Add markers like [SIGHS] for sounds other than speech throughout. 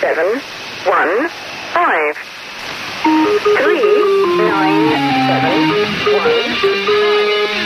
seven one five. Three nine seven one.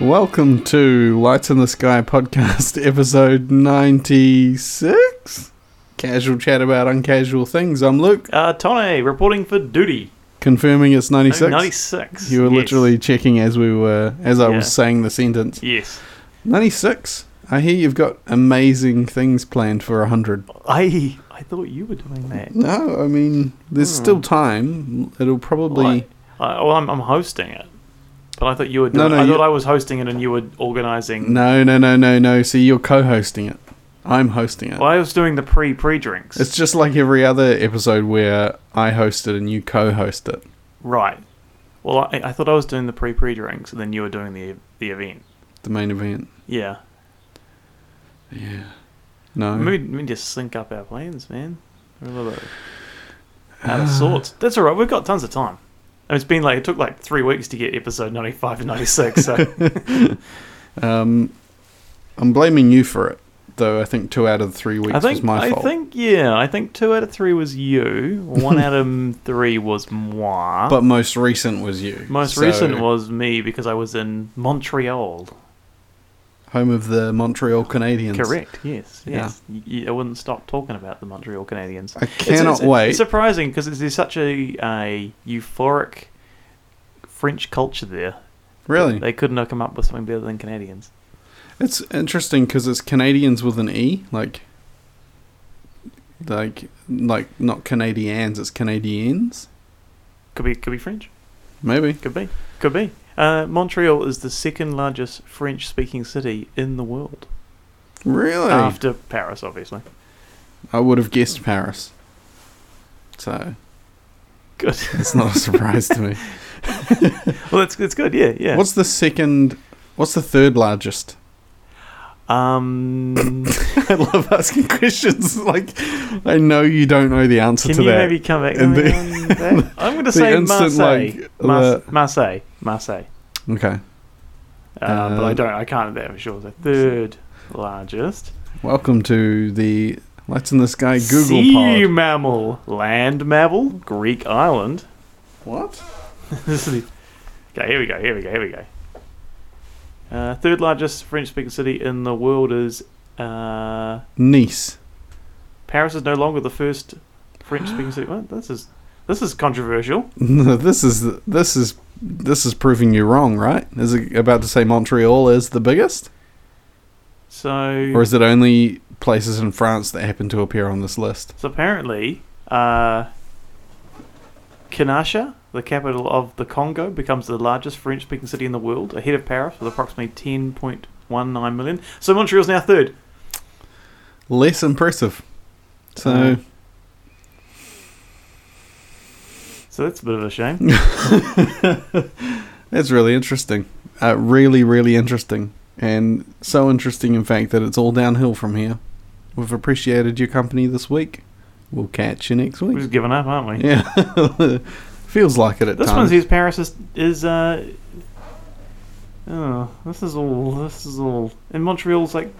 Welcome to Lights in the Sky podcast, [LAUGHS] episode 96. Casual chat about uncasual things. I'm Luke, Uh, Tone, reporting for duty. confirming it's 96. 96. You were Oh, yes. literally checking as we were as I Yeah. was saying the sentence. Yes. 96. I hear you've got amazing things planned for 100. I I thought you were doing that. No, I mean, there's Hmm. still time. It'll probably Well, I, I, well I'm, I'm hosting it. But I thought you were No, doing no, I you- thought I was hosting it and you were organizing. No, no, no, no, no. See, you're co-hosting it. I'm hosting it. Well, I was doing the pre pre drinks. It's just like every other episode where I host it and you co-host it. Right. Well, I, I thought I was doing the pre pre drinks and then you were doing the the event. The main event. Yeah. No. Maybe, maybe just sync up our plans, man. We're a little [SIGHS] bit out of sorts. That's all right. We've got tons of time. And it's been like it took like three weeks to get episode ninety five and ninety six. So [LAUGHS] Um, I'm blaming you for it, though. I think two out of the three weeks I think was my I fault. think yeah. I think two out of three [LAUGHS] was you. One out of three was moi. but most recent was you. most So, recent was me because I was in Montreal. home of the Montreal Canadiens. Correct. Yes. Yes. Y- y- I wouldn't stop talking about the Montreal Canadiens. I cannot it's, it's, wait. It's surprising because there's such a, a euphoric French culture there. Really, They couldn't have come up with something better than Canadians. it's interesting because it's Canadians with an e, like, like, like not Canadians. It's Canadians. Could be. Could be French. Maybe Could be. Could be. Uh, Montreal is the second largest French-speaking city in the world, really. after Paris, obviously. I would have guessed Paris. So Good. [LAUGHS] it's not a [LAUGHS] surprise to me. Well, that's that's good. Yeah, yeah. What's the second? What's the third largest? [COUGHS] um? [LAUGHS] I love asking questions. [LAUGHS] Like I know you don't know the answer can to you that. maybe come back? And the- on that? I'm going [LAUGHS] to the say instant, Marseille, like, Mar- the- Marseille, Marseille. Okay, Uh, but Uh, I don't. I can't do that for sure. The third largest welcome to the Lights in the Sky Google sea Pod. mammal, land mammal, Greek island. [LAUGHS] What? This is the- okay, here we go, here we go, here we go. Uh, third largest French speaking city in the world is. Uh, Nice. [LAUGHS] Paris is no longer the first French speaking city. What? This is this is controversial. this is this is this is proving you wrong, right? Is it about to say Montreal is the biggest, So, or is it only places in France that happen to appear on this list? so apparently, uh, Kinshasa, the capital of the Congo, becomes the largest French speaking city in the world, ahead of Paris with approximately 10.19 million. So Montreal's now third. Less impressive. So. Uh, So that's a bit of [LAUGHS] a shame. That's really interesting. Uh, really, really interesting. And so interesting, in fact, that it's all downhill from here. We've appreciated your company this week. We'll catch you next We've week. just given up, aren't we? Yeah. [LAUGHS] Feels like it at This one times. says Paris is, is uh oh this is all this is all and Montreal's like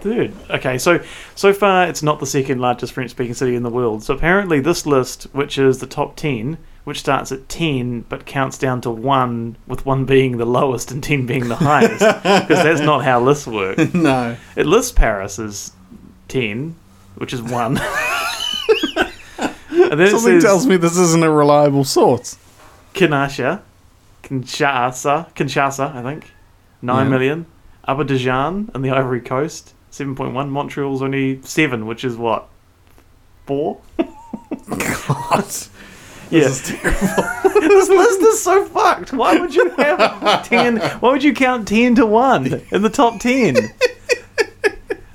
third. Okay, so so far it's not the second largest French speaking city in the world. So apparently this list, which is the top ten, which starts at ten but counts down to one, with one being the lowest and ten being [LAUGHS] the highest, because that's not how lists work. [LAUGHS] no. It lists Paris as ten, which [LAUGHS] is one. and then Something it says, tells me this isn't a reliable [LAUGHS] source. Kinshasa, Kinshasa, Kinshasa, I think. Yeah. nine million. Abidjan and the Ivory Coast, 7.1. Montreal's only 7, which is what? [LAUGHS] 4? God. Yes. [LAUGHS] this list is so fucked. Why would you [LAUGHS] have 10? Why would you count 10 to 1 in the [LAUGHS] top 10?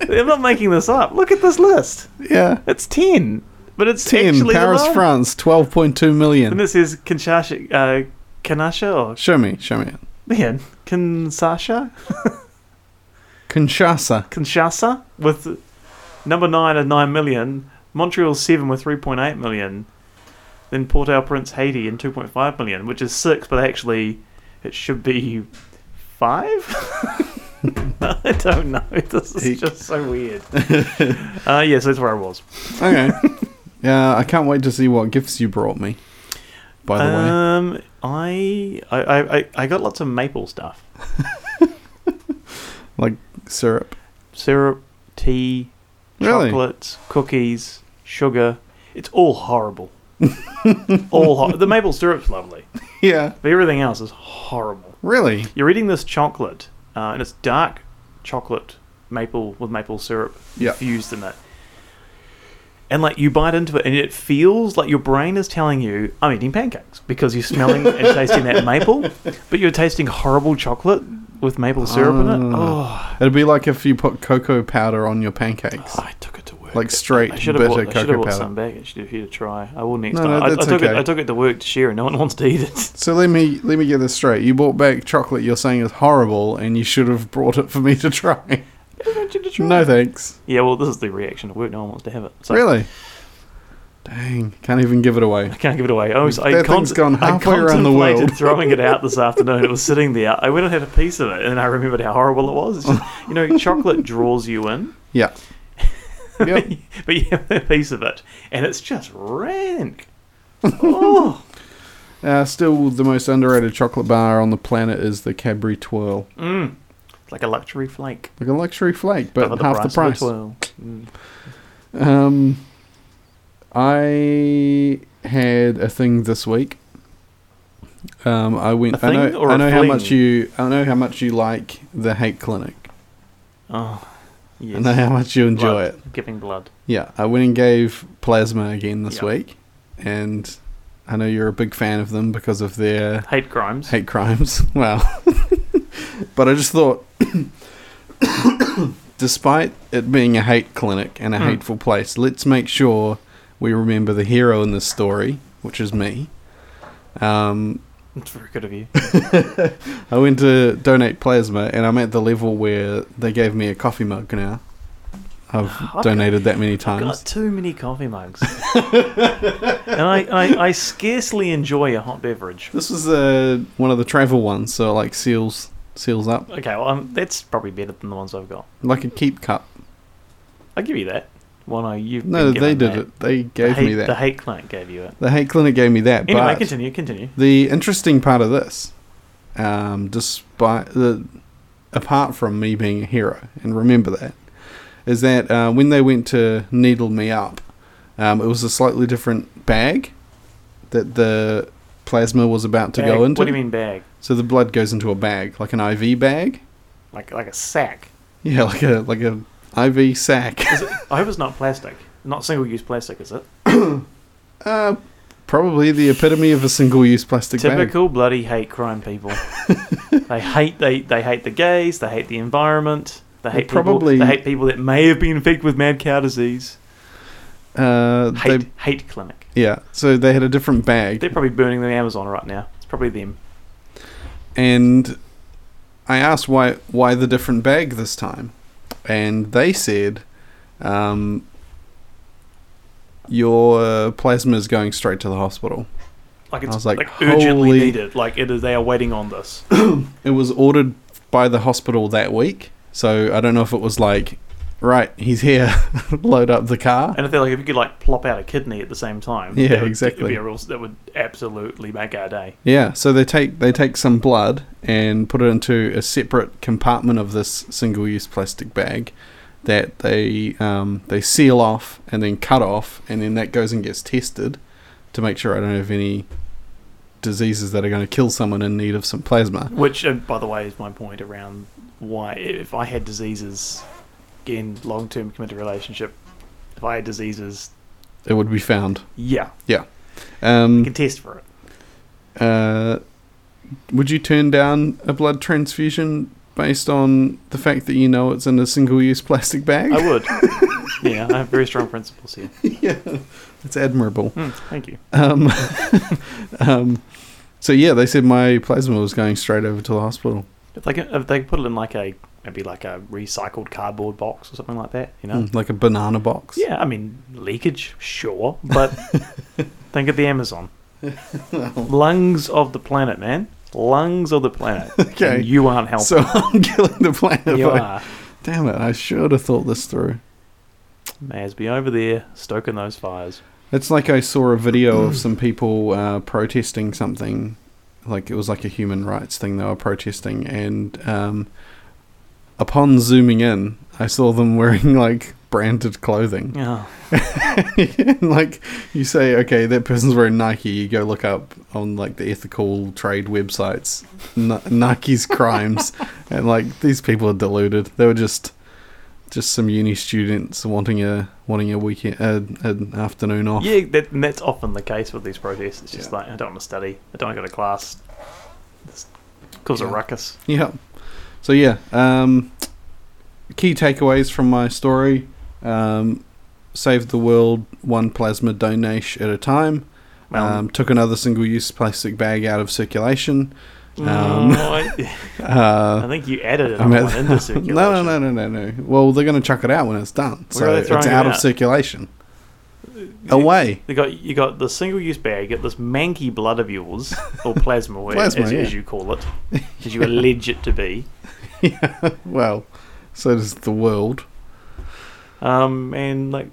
I'm not making this up. Look at this list. [LAUGHS] Yeah. It's 10. But it's 10, 10, actually the Paris, lowest. France, 12.2 And million. this is Kinshasa, uh, Kinshasa or Show me, show me it. Man, can Sasha? Kinshasa. Kinshasa with number nine at nine million, Montreal seven with three point eight million, then Port au Prince Haiti in two point five million, which is six, but actually it should be five. [LAUGHS] I don't know. [LAUGHS] This is Eek. just [LAUGHS] so weird. uh, yes, that's where I was. [LAUGHS] Okay. Yeah, I can't wait to see what gifts you brought me. By the way, Um, I, I, I, I- I got lots of maple stuff, like syrup. syrup, tea, Really? chocolates, cookies, sugar. It's all horrible. [LAUGHS] all hor the maple syrup's lovely, Yeah. but everything else is horrible. Really? You're eating this chocolate, uh, and it's dark chocolate maple with maple syrup Yeah. infused in it. And like you bite into it, and it feels like your brain is telling you, "I'm eating pancakes," because you're smelling and tasting that maple, but you're tasting horrible chocolate with maple syrup in Ah. it. Oh, It'd be like if you put cocoa powder on on your pancakes, I took it to work. like straight I should bitter have bought, I should have cocoa bought powder. some back actually for you to try. I will next No, no, time. I, I that's took it. okay. I took it to work to share, and no one wants to [LAUGHS] eat it. [LAUGHS] So let me let me get this straight. You brought back chocolate you're saying is horrible, and you should have brought it for me to try. I want you to try. no thanks. Yeah, well, this is the reaction to work. No one wants to have it. So Really? Dang, can't even give it away. I can't give it away. I was, I That thing's conte- gone I halfway around the contemplated world. throwing it [LAUGHS] out this afternoon. It was sitting there. I went and had a piece of it, and I remembered how horrible it was. It's [LAUGHS] just, you know, chocolate draws you in, Yeah. Yep. but you have a piece of it, and it's just rank. [LAUGHS] Oh, Uh, still, the most underrated chocolate bar on the planet is the Cadbury Twirl. mm. It's like a luxury flake, Like a luxury flake, but at half the of a price. twirl. Mm. Um, I had a thing this week. Um, I went. A I thing know. or I a know how fling? much you. I know how much you like the hate clinic. Oh, yes. I know how much you enjoy Blood. it. Giving blood. Yeah, I went and gave plasma again this Yep. week, and I know you're a big fan of them because of their Hate crimes. hate crimes. [LAUGHS] Wow. but I just thought, [COUGHS] despite it being a hate clinic and a Hmm. hateful place, let's make sure we remember the hero in this story, which is me. Um, It's very good of you. I went to donate plasma, and I'm at the level where they gave me a coffee mug now. I've got- donated that many I've times. Ah, got too many coffee mugs, and I, I, I scarcely enjoy a hot beverage. This was uh, one of the travel ones, so it like seals seals up Okay, well, um, that's probably better than the ones I've got. like a keep cup. I'll give you that. Well, no, you've No, been they given did that. it. They the gave hate, me that. The hate client gave you it. The hate clinic gave me that. Anyway, but continue, continue. the interesting part of this, um, despite the, apart from me being a hero, and remember that, is that uh, when they went to needle me up, um, it was a slightly different bag that the plasma was about to bag. go into. What do you mean bag? So the blood goes into a bag, like an IV bag. Like like a sack? Yeah, [LAUGHS] like a like a IV sack. [LAUGHS] Is it, I hope it's not plastic. Not single use plastic, is it? Uh, probably the epitome of a single-use plastic bag. Typical bloody hate [LAUGHS] crime people. they hate they they hate the gays. They hate the environment. They hate people- probably- they hate people that may have been infected with mad cow disease. Uh, they- Hate hate clinic. yeah. So they had a different bag, They're probably burning the Amazon right now. It's probably them. and I asked why why the different bag this time, and they said, um, your plasma is going straight to the hospital. Like was it's like, like, urgently holy- needed. Like it is. They are waiting on [LAUGHS] this. It was ordered by the hospital that week, so I don't know if it was like, right, he's here, [LAUGHS] load up the car. And if they're like, if you could like plop out a kidney at the same time, Yeah, that would, exactly. it'd Be a real, that would absolutely make our day. Yeah, so they take they take some blood and put it into a separate compartment of this single-use plastic bag that they um, they seal off and then cut off, and then that goes and gets tested to make sure I don't have any diseases that are going to kill someone in need of some plasma. Which, uh, by the way, is my point around why if I had diseases, again, long-term committed relationship. If I had diseases, It would be found. yeah, you Um, can test for it. uh, would you turn down a blood transfusion based on the fact that you know it's in a single-use plastic [LAUGHS] bag? I would. yeah, I have very strong principles here. yeah, it's admirable. Mm, thank you. Um, [LAUGHS] um, so yeah, they said my plasma was going straight over to the hospital. If they can, if they can put it in like a maybe like a recycled cardboard box or something like that. You know. Mm, like a banana box. Yeah, I mean leakage, sure, [LAUGHS] but think of the Amazon. Lungs of the planet, man. Lungs of the planet. [LAUGHS] Okay. And you aren't [LAUGHS] helping. So I'm killing the planet. you by- are. Damn it! I should have thought this through. May as be over there stoking those fires. It's like I saw a video Mm. of some people uh, protesting something, like it was like a human rights thing they were protesting, and um, upon zooming in, I saw them [LAUGHS] wearing like branded clothing. Yeah. [LAUGHS] like you say, okay, that person's wearing Nike. You go look up on like the ethical trade websites, N- Nike's [LAUGHS] crimes, and like these people are deluded. They were just just some uni students wanting a wanting a weekend a, an afternoon off. Yeah, that, and that's often the case with these protests. It's just Yeah. like I don't want to study. I don't want to go to class. This cause a Yeah. ruckus. Yeah. So yeah, um, key takeaways from my story: um, save the world one plasma donation at a time. Well, um, took another single-use plastic bag out of circulation. um, no, [LAUGHS] I, I Uh, think you added I'm another at- one into [LAUGHS] circulation. no, no, no, no, no, no. Well, they're going to chuck it out when it's done, so are they it's throwing it out of out? Uh, circulation. Away. You got you got the single-use bag, you got this manky blood of yours, [LAUGHS] or plasma, Plasma, as, yeah. as you [LAUGHS] call it, as you allege it to be. yeah. Well, so does the world. um, and like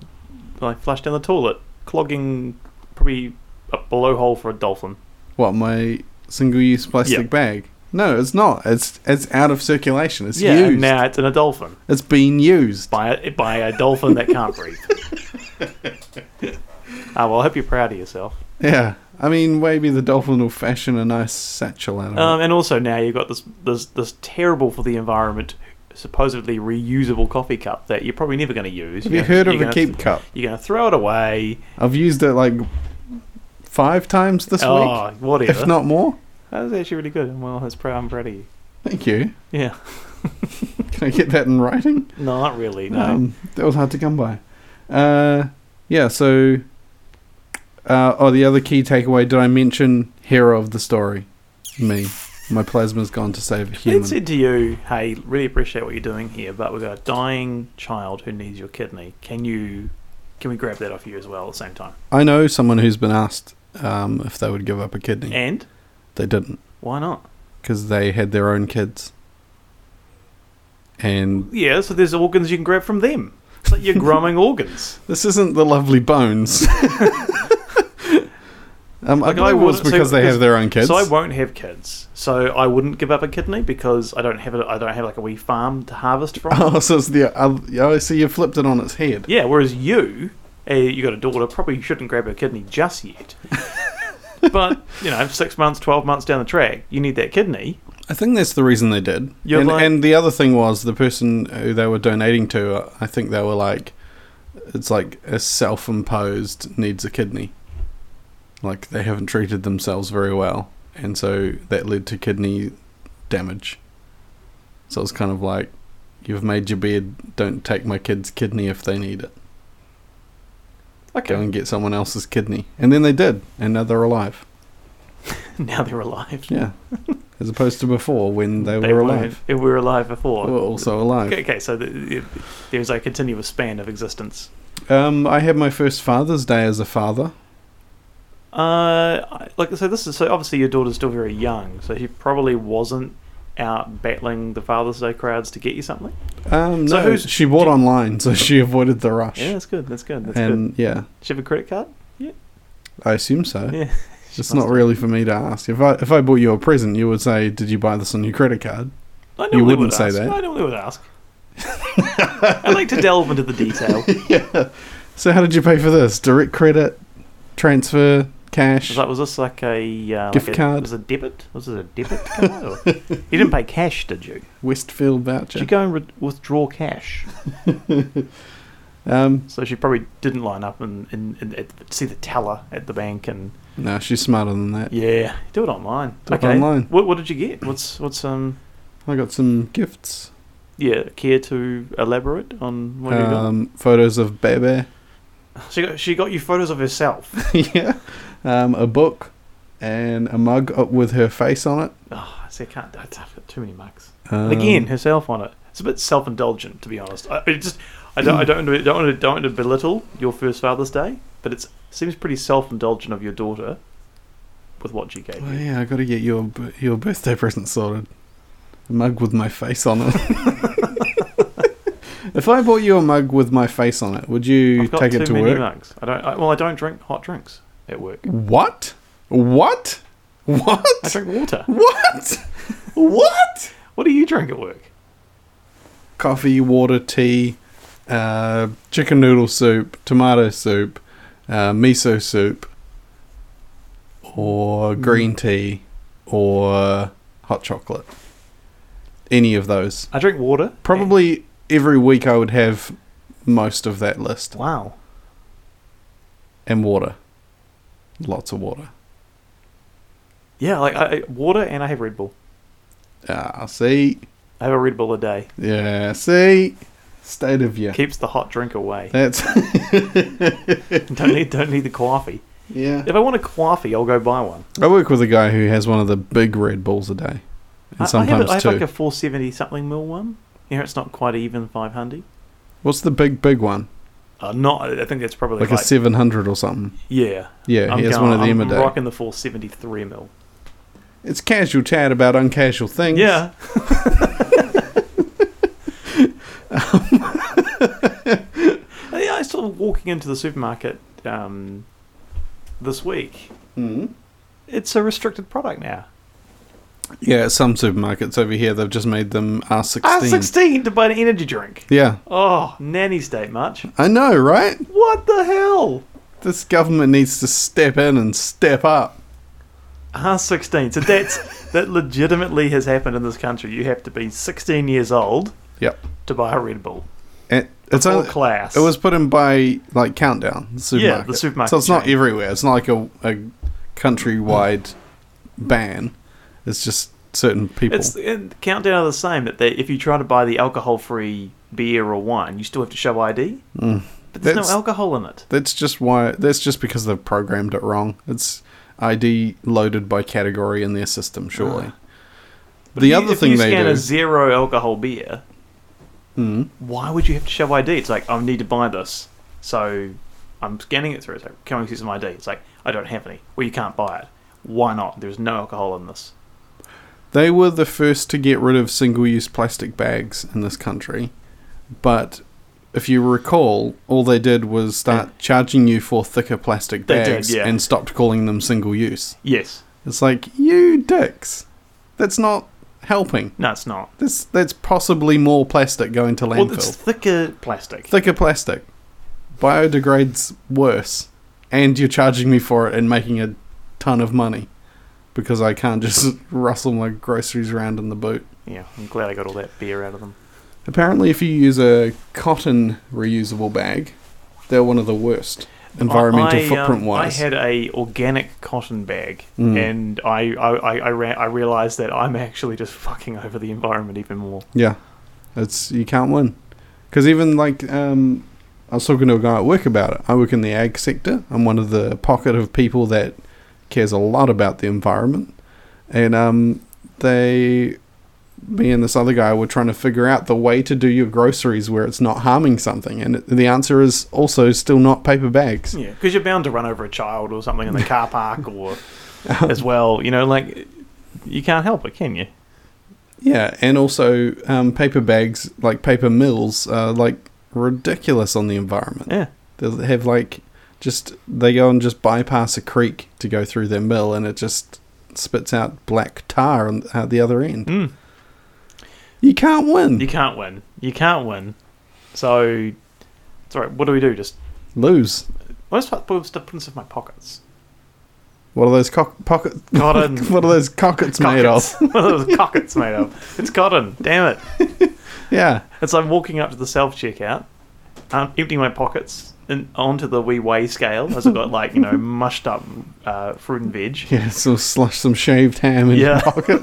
like flush down the toilet, clogging probably a blowhole for a dolphin. What my single-use plastic Yeah. bag? No, it's not. It's it's out of circulation. It's yeah, used. now it's in a dolphin It's been used. by a, by a dolphin that can't [LAUGHS] breathe. [LAUGHS] Ah, well, I hope you're proud of yourself. Yeah. I mean, maybe the dolphin will fashion a nice satchel out of Um, and also now you've got this this this terrible for the environment, supposedly reusable coffee cup that you're probably never going to use. it. Have you heard of you're a gonna- keep cup? You're going to throw it away. I've used it like five times this oh, week, whatever. if not more. that was actually really good. Well, that's proud. I'm proud of you. Thank you. Yeah. [LAUGHS] Can I get that in writing? No, not really. No. Um, that was hard to come by. Uh, yeah, so. Uh, oh, the other key takeaway did I mention hero of the story? Me. My plasma's gone to save a It human. said to you, hey, really appreciate what you're doing here, but we've got a dying child who needs your kidney. Can you, can we grab that off you as well at the same time? I know someone who's been asked um, if they would give up a kidney. And they didn't why not? because they had their own kids. And Yeah, so there's organs you can grab from them. [LAUGHS] It's like you're growing organs. This isn't the lovely [LAUGHS] bones. um, I Like, believe I it was wouldn't- so- because they have their own kids. So I won't have kids. So I wouldn't give up a kidney because I don't have a, I don't have like a wee farm to harvest from. [LAUGHS] oh, so it's the uh, oh, so you flipped it on its head. Yeah, whereas you, uh, you got a daughter, probably shouldn't grab her kidney [LAUGHS] just yet. but you know, six months, twelve months down the track, you need that kidney. [LAUGHS] I think that's the reason they did. You're and, like- and the other thing was the person who they were donating to. uh, I think they were like, it's like a self-imposed needs a kidney. Like they haven't treated themselves very well, and so that led to kidney damage. So it's kind of like, you've made your bed. Don't take my kid's kidney if they need it. Okay. go and get someone else's kidney. And then they did, and now they're alive. now they're alive. Yeah. As opposed to before when they, They were weren't- alive. They were alive before. They were also alive. okay, okay, so the, the, there's a continuous span of existence. Um, I had my first Father's Day as a father. Uh, I- like I say, this is so obviously your daughter's still very young, so she probably wasn't out battling the Father's Day crowds to get you something. Um, no, So who's- she bought online, so she avoided the rush. Yeah, that's good. That's good. That's good. and yeah, Did she have a credit card? I assume so. Yeah. [LAUGHS] She It's must not really for me to ask. If I if I bought you a present, you would say, "Did you buy this on your credit [LAUGHS] card?" I You normally would wouldn't say ask. that. I normally [LAUGHS] would ask. I like to delve into [LAUGHS] the detail. yeah. So how did you pay for this? Direct credit, transfer, Was, cash? that, was this like a uh, Gift like a- card. Was it a debit? Was it [LAUGHS] a debit card? or- you didn't pay cash, did you? Westfield voucher. Did you go and re- withdraw cash? um, So she probably didn't line up and, and, and, at- see the teller at the bank and No, she's smarter than that. yeah, do it online. Do it online. What, what did you get? What's what's um I got some gifts. yeah care to elaborate on what Um, photos of Bebe. you got? She got she got you photos of herself. [LAUGHS] [LAUGHS] yeah. Um, a book and a mug up with her face on it. Oh, see, I can't. I have too many mugs. Um, Again, herself on it. it's a bit self indulgent to be honest. I it just I don't I don't want to- don't want to, don't want to belittle your first Father's Day, but it seems pretty self indulgent of your daughter with what she gave Well, you. yeah, I got to get your b- your birthday present sorted. A mug with my face on it. [LAUGHS] if I bought you a mug with my face on it, would you I've got take too it to many work? mugs. I don't. I, well, I don't drink hot drinks at work. What? What? What? I drink water. What? [LAUGHS] what? What do you drink at work? Coffee, water, tea, uh, chicken noodle soup, tomato soup, uh, miso soup, or green tea, or hot chocolate. Any of those. I drink water. Probably every week I would have most of that list. Wow. And water. Lots of water. Yeah, like I, I- water and I have Red Bull. Ah, see? I have a Red Bull a day. Yeah, see? State of you. Keeps the hot drink away. That's. [LAUGHS] [LAUGHS] don't need don't need the coffee. yeah. If I want a coffee, I'll go buy one. I work with a guy who has one of the big Red Bulls a day, and I- I have, sometimes a- I have two. like a 470 something mil one. You know, it's not quite even 500. What's the big big one? Uh, not, I think that's probably Like like, a seven hundred or something. yeah. Yeah, he has one of them I'm, a day. I'm rocking the 473 mil. It's casual chat about uncasual things. Yeah, [LAUGHS] yeah. I saw walking into the supermarket um, this week. Mhm. It's a restricted product now. yeah. Some supermarkets over here they've just made them R Ah, sixteen. 16 to buy an energy drink. Yeah, Oh, nanny state much. I know, right? What the hell? This government needs to step in and step up. R Ah, sixteen. So that's that legitimately has happened in this country. You have to be sixteen years old Yep. to buy a Red Bull. It, it's Or only, class. it was put in by like Countdown the supermarket. supermarket So it's not chain. everywhere. It's not like a, a countrywide ban. It's just certain people. it's and countdown are the same that they, if you try to buy the alcohol free beer or wine, you still have to show ID. But Hmm. there's That's- no alcohol in it. That's just why. That's just because they've programmed it wrong. It's ID loaded by category in their system, Ah. surely. But the if you- other if thing you they scan do, Hmm. a zero alcohol beer, why would you have to show ID? It's like I need to buy this, so I'm scanning it through. It's like can we see some ID? It's like I don't have any. Well, you can't buy it. Why not? There's no alcohol in this. they were the first to get rid of single-use plastic bags in this country, but if you recall, all they did was start charging you for thicker plastic They did, bags yeah. and stopped calling them single-use. Yes. It's like you dicks. That's not helping. No, it's not. That's that's possibly more plastic going to landfill. Well, it's thicker plastic. thicker plastic biodegrades worse and you're charging me for it and making a ton of money because i can't just [LAUGHS] rustle my groceries around in the boot yeah, I'm glad I got all that beer out of them. apparently if you use a cotton reusable bag they're one of the worst environmental I- I, um, footprint wise I had a organic cotton bag, Mm. and I I I, I, rea- I realized that I'm actually just fucking over the environment even more. yeah it's you can't win because even like um i was talking to a guy at work about it i work in the ag sector i'm one of the pocket of people that cares a lot about the environment and um, they me and this other guy were trying to figure out the way to do your groceries where it's not harming something and the answer is also still not paper bags Yeah, because you're bound to run over a child or something in the car park, or [LAUGHS] as well, you know, like you can't help it, can you? yeah and also um, paper bags like paper mills are like ridiculous on the environment Yeah, they have like just they go and just bypass a creek to go through their mill and it just spits out black tar on, out the other end Mm. you can't win you can't win. You can't win. So, sorry, what do we do? Just lose well, let's put stuff put stuff in my pockets. What are those cock- pocket? Cotton. [LAUGHS] what are those cockets made of? Cockets. [LAUGHS] what are those cockets made of? It's cotton. Damn it. [LAUGHS] Yeah, It's like walking up to the self checkout, um, emptying my pockets and onto the wee weigh scale as I've got like, you know, [LAUGHS] mushed up uh, fruit and veg. [LAUGHS] yeah. So slush some shaved ham in Yeah. your [LAUGHS] pocket.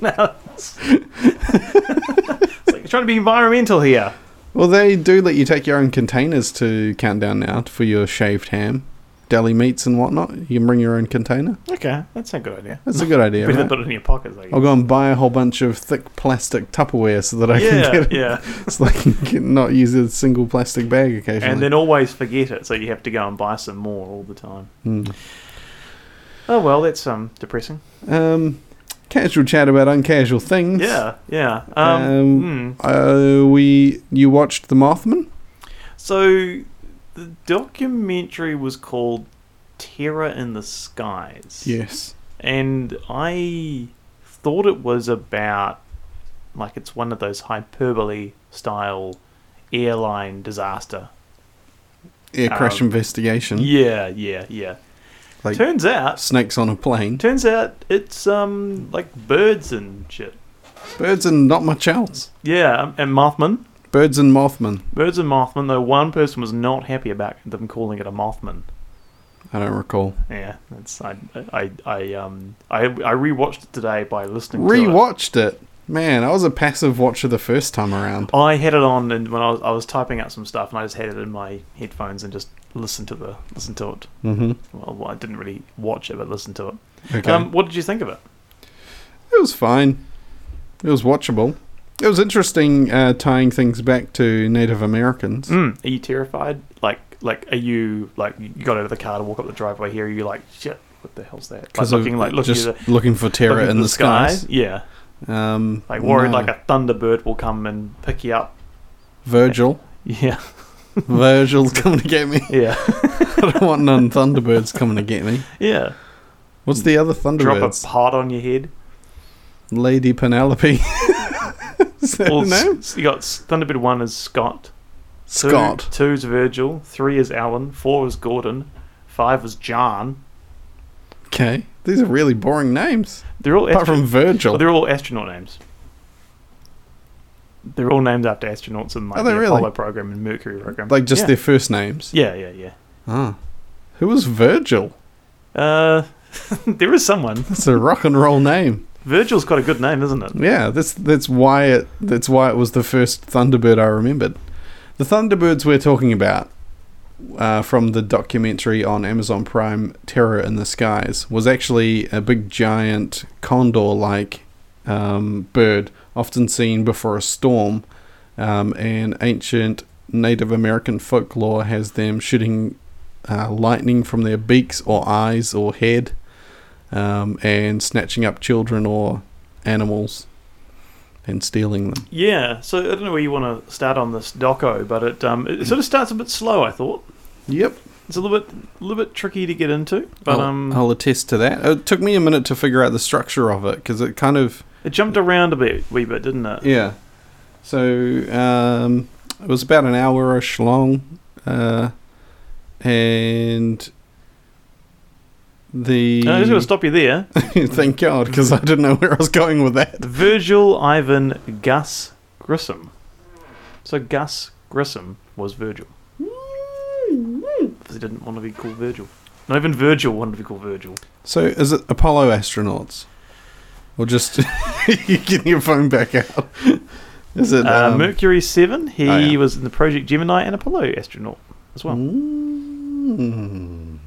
it's like trying to be environmental here. well, they do let you take your own containers to Countdown now for your shaved ham. deli meats and whatnot. You can bring your own container. Okay, that's a good idea. That's a good idea. Better right? put it in your pockets. I guess. I'll go and buy a whole bunch of thick plastic Tupperware so that I yeah, can get it, [LAUGHS] yeah. so I can get, not use a single plastic bag occasionally. And then always forget it, so you have to go and buy some more all the time. Mm. Oh well, that's um depressing. um, casual chat about uncasual things. Yeah, yeah. Um, Um, mm. Uh, we you watched The Mothman? so the documentary was called "Terror in the Skies." Yes. and I thought it was about like it's one of those hyperbole style airline disaster. Air crash Um, investigation. Yeah, yeah, yeah. Like turns out, snakes on a plane. turns out it's um like birds and shit. Birds and not much else. Yeah, and Mothman. Birds and Mothman. Birds and Mothman, though one person was not happy about them calling it a Mothman. I don't recall. Yeah, that's I I I um I I rewatched it today by listening to it. Rewatched it. Man, I was a passive watcher the first time around. I had it on, and when I was, I was typing out some stuff, and I just had it in my headphones and just listened to the listened to it. hmm Well, well, I didn't really watch it, but listened to it. Okay. Um, what did you think of it? It was fine. It was watchable. It was interesting uh, tying things back to Native Americans. Mm. Are you terrified? Like, like, are you like you got out of the car to walk up the driveway here? Are you like shit? What the hell's that? Like of- looking like looking just at the, looking for terror looking at in the the, skies. Yeah, Um, like worried no. like a thunderbird will come and pick you up. [LAUGHS] Virgil. [LAUGHS] Yeah, Virgil's coming to get me. yeah, I don't want none Thunderbirds coming to get me. yeah. What's the other Drop Thunderbirds? a pot on your head. Lady Penelope. [LAUGHS] Is that Well, her name? s- you got s- Thunderbird one is Scott. Two- Scott. Two is Virgil. Three is Alan. Four is Gordon. Five is John. Okay. These are really boring names. They're all Apart astro- from Virgil. well, they're all astronaut names. They're all named after astronauts in like Are they the really? Apollo program and Mercury program. like just yeah. their first names. Yeah, yeah, yeah. Ah. Who was Virgil? Uh, [LAUGHS] there is someone. That's a rock and roll name. Virgil's got a good name, isn't it? Yeah, that's that's why it that's why it was the first Thunderbird I remembered. The Thunderbirds we're talking about uh, from the documentary on Amazon Prime, Terror in the Skies, was actually a big giant condor-like um, bird, often seen before a storm. Um, and ancient Native American folklore has them shooting uh, lightning from their beaks or eyes or head, um, and snatching up children or animals and stealing them. Yeah. So I don't know where you want to start on this doco, but it um it sort of starts a bit slow. I thought Yep, it's a little bit a little bit tricky to get into, but I'll, um I'll attest to that. It took me a minute to figure out the structure of it because it kind of it jumped around a bit, wee bit, didn't it? yeah. So um, it was about an hour-ish long, uh, and the Uh, I just going to stop you [LAUGHS] there. thank God because I didn't know where I was going with that. Virgil Ivan Gus Grissom. So Gus Grissom was Virgil. Because he didn't want to be called Virgil. Not even Virgil wanted to be called Virgil. So is it Apollo astronauts, or just [LAUGHS] you getting your phone back out? Is it Uh, um, Mercury 7, he oh, yeah. was in the Project Gemini and Apollo astronaut as well. Mm.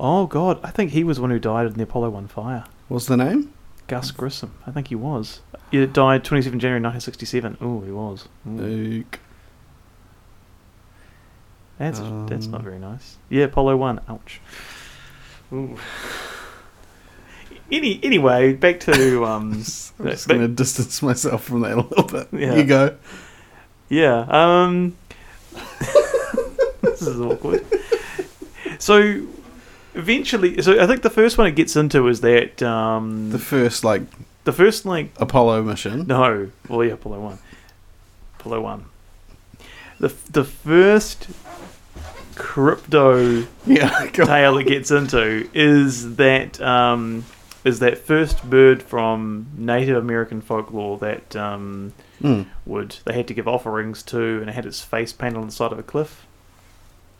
Oh, God. I think he was the one who died in the Apollo 1 fire. What's the name? Gus Grissom. I think he was. He died 27 January 1967. Oh, he was. Ooh. Luke. That's, that's not um, very nice. Yeah, Apollo 1. Ouch. Ooh. Any, anyway, [LAUGHS] back to. Um, I'm just back- going to distance myself from that a little bit. Yeah. You go. Yeah. Um, [LAUGHS] this is awkward. So eventually, so I think the first one it gets into is that um, The the, first like first like Apollo mission. no, well yeah, Apollo one, Apollo one. The the first crypto [LAUGHS] Yeah. go. [LAUGHS] tale it gets into is that um, is that first bird from Native American folklore that um, Mm. would they had to give offerings to, and it had its face painted on the side of a cliff.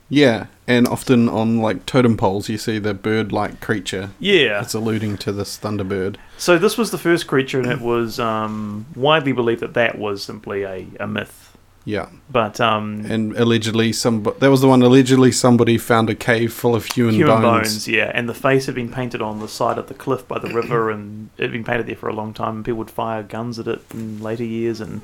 Yeah, and often on like totem poles, you see the bird-like creature. Yeah. It's alluding to this thunderbird. So this was the first creature, and it was um, widely believed that that was simply a, a myth. Yeah, But um, and allegedly some that was the one. Allegedly, somebody found a cave full of human, human bones. bones. yeah. And the face had been painted on the side of the cliff by the river, and it had been painted there for a long time. And people would fire guns at it in later years, and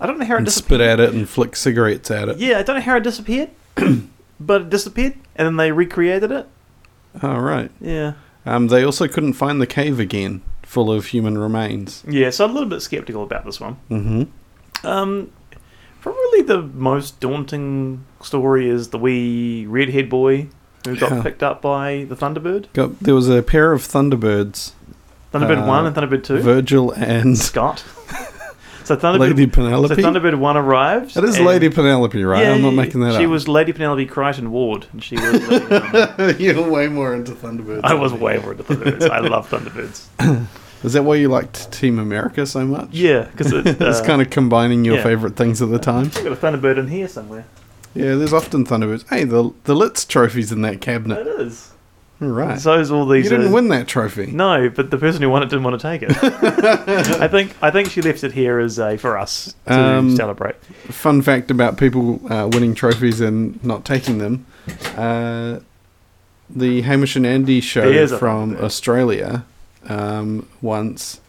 I don't know how it and spit disappeared. at it and flick cigarettes at it. Yeah, I don't know how it disappeared, [CLEARS THROAT] but it disappeared, and then they recreated it. All right. Yeah, Um, they also couldn't find the cave again, full of human remains. yeah. So I'm a little bit skeptical about this one. hmm Um, probably the most daunting story is the wee redhead boy who got Yeah. picked up by the Thunderbird. Got, there was a pair of Thunderbirds, Thunderbird Uh, one and Thunderbird two. Virgil [LAUGHS] and [LAUGHS] Scott. so Thunderbird. Lady so Penelope. Thunderbird one arrived. It is and- Lady Penelope, right? Yeah, I'm not yeah, making that She up. was Lady Penelope Crichton Ward, and she was. [LAUGHS] um, You're way more into Thunderbirds. I was than me. way more into Thunderbirds. I love Thunderbirds. Is that why you liked Team America so much? Yeah, because [LAUGHS] it, it's uh, kind of combining your yeah. favorite things at the time. I've got a Thunderbird in here somewhere. Yeah, there's often Thunderbirds. Hey, the the Litz trophy's in that It cabinet. is. All right. So is all these. you didn't uh, win that trophy. No, but the person who won it didn't want to take [LAUGHS] it. I think I think she left it here as a for us to Um, celebrate. Fun fact about people uh, winning trophies and not taking them. Uh, the Hamish and Andy show There's a from Thunderbird. Australia um, once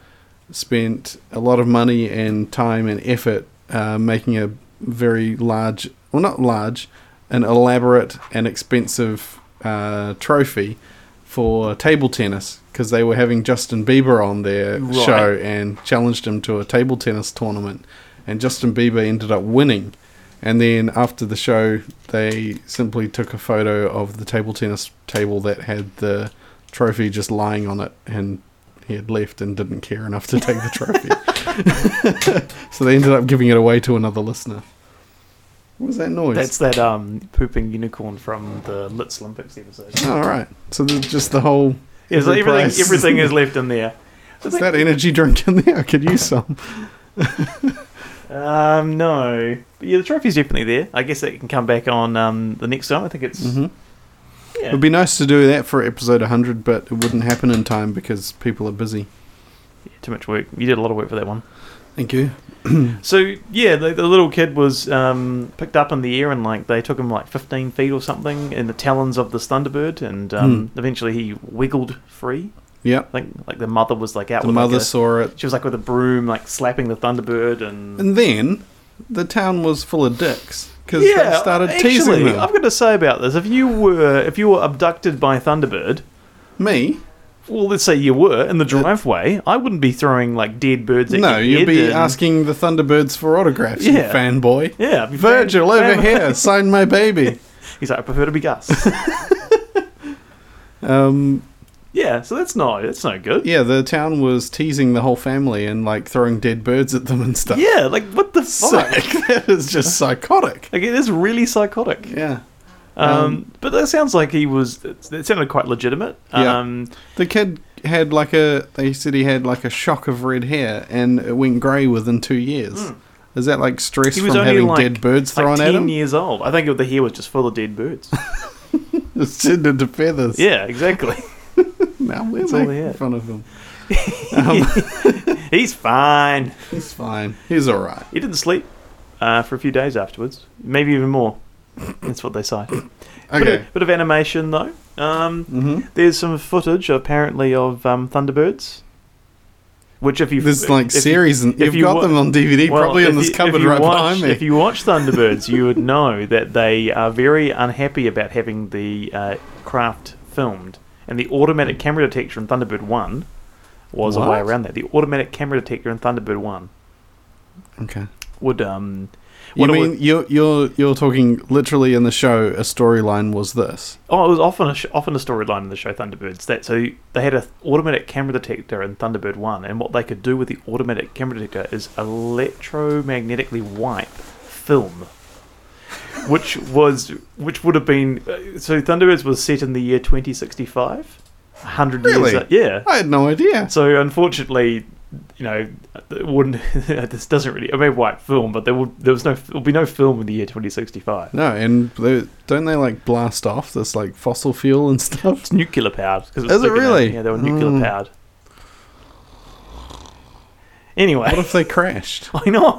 spent a lot of money and time and effort uh, making a very large, well, not large, an elaborate and expensive uh, trophy for table tennis because they were having Justin Bieber on their Right. show and challenged him to a table tennis tournament. And Justin Bieber ended up winning. And then after the show, they simply took a photo of the table tennis table that had the trophy just lying on it and he had left and didn't care enough to take the trophy. [LAUGHS] so they ended up giving it away to another listener. What was that noise? That's that um pooping unicorn from the Litz [LAUGHS] Olympics episode. all right. So there's just the whole. Yeah, so every everything price. everything is left [LAUGHS] in there. Is that energy drink in there? I could use some. Um, no, but yeah, the trophy's definitely there. I guess it can come back on um the next time. I think it's Mhm. yeah. It'd be nice to do that for episode 100, but it wouldn't happen in time because people are busy. too much work. You did a lot of work for that one. Thank you. So yeah, the, the little kid was um, picked up in the air and like they took him like 15 feet or something in the talons of this thunderbird, and um, Hmm. eventually he wiggled free. Yep. Like like the mother was like out. The with like, mother a- saw it. she was like with a broom, like slapping the thunderbird, and, And then the town was full of dicks because they started actually, teasing them. I've got to say about this: if you were if you were abducted by a thunderbird, Me? well, let's say you were in the driveway, I wouldn't be throwing like dead birds. At No, your you'd head be and- asking the Thunderbirds for autographs, you Yeah. fanboy. Yeah, I'd be Virgil, throwing- over [LAUGHS] here, sign my baby. He's like, I prefer to be Gus. [LAUGHS] Um, yeah, so that's no, that's no good. yeah, the town was teasing the whole family and like throwing dead birds at them and stuff. Yeah, like what the [LAUGHS] fuck? Sick. that is just psychotic. Like it is really psychotic. Yeah. Um, Um, but that sounds like he was. It, it sounded quite legitimate. Yeah. Um, The kid had like a. They said he had like a shock of red hair, and it went grey within two years. Is that like stress Hmm. he was from only having like dead birds like thrown at ten him? years old. I think the hair was just full of [LAUGHS] dead birds. It's turned into feathers. yeah, exactly. Now we're all making they had. fun of him. [LAUGHS] Um, [LAUGHS] He's fine. he's fine. He's all right. He didn't sleep uh, for a few days afterwards, maybe even more. That's what they say. Bit, Okay. of, bit of animation though. Um, hmm There's some footage apparently of um, Thunderbirds, which if you There's like if you- series, and if you've you got wa- them on DVD, Well, probably in if this you- if cupboard you right watch- behind me. If you watch Thunderbirds, you would know that they are very unhappy about having the uh, craft filmed, and the automatic camera detector in Thunderbird One was a way What? around that. The automatic camera detector in Thunderbird One okay. would um. You what it mean would- you're you're you're talking literally in the show? A storyline was this. oh, it was often a sh- often a storyline in the show Thunderbirds that so they had a automatic camera detector in Thunderbird One, and what they could do with the automatic camera detector is electromagnetically wipe film, which was which would have been uh, so Thunderbirds was set in the year 2065, 100 Really? years, uh, yeah. I had no idea. So unfortunately, you know, it wouldn't [LAUGHS] this doesn't really I mean wipe film, but there would there was no there'll be no film in the year 2065. No, and they, don't they like blast off this like fossil fuel and [LAUGHS] stuff? It's nuclear powered. Cause Is it Mm. big enough. really? Yeah, they were nuclear Mm. powered. Anyway, What if they [LAUGHS] crashed? I know.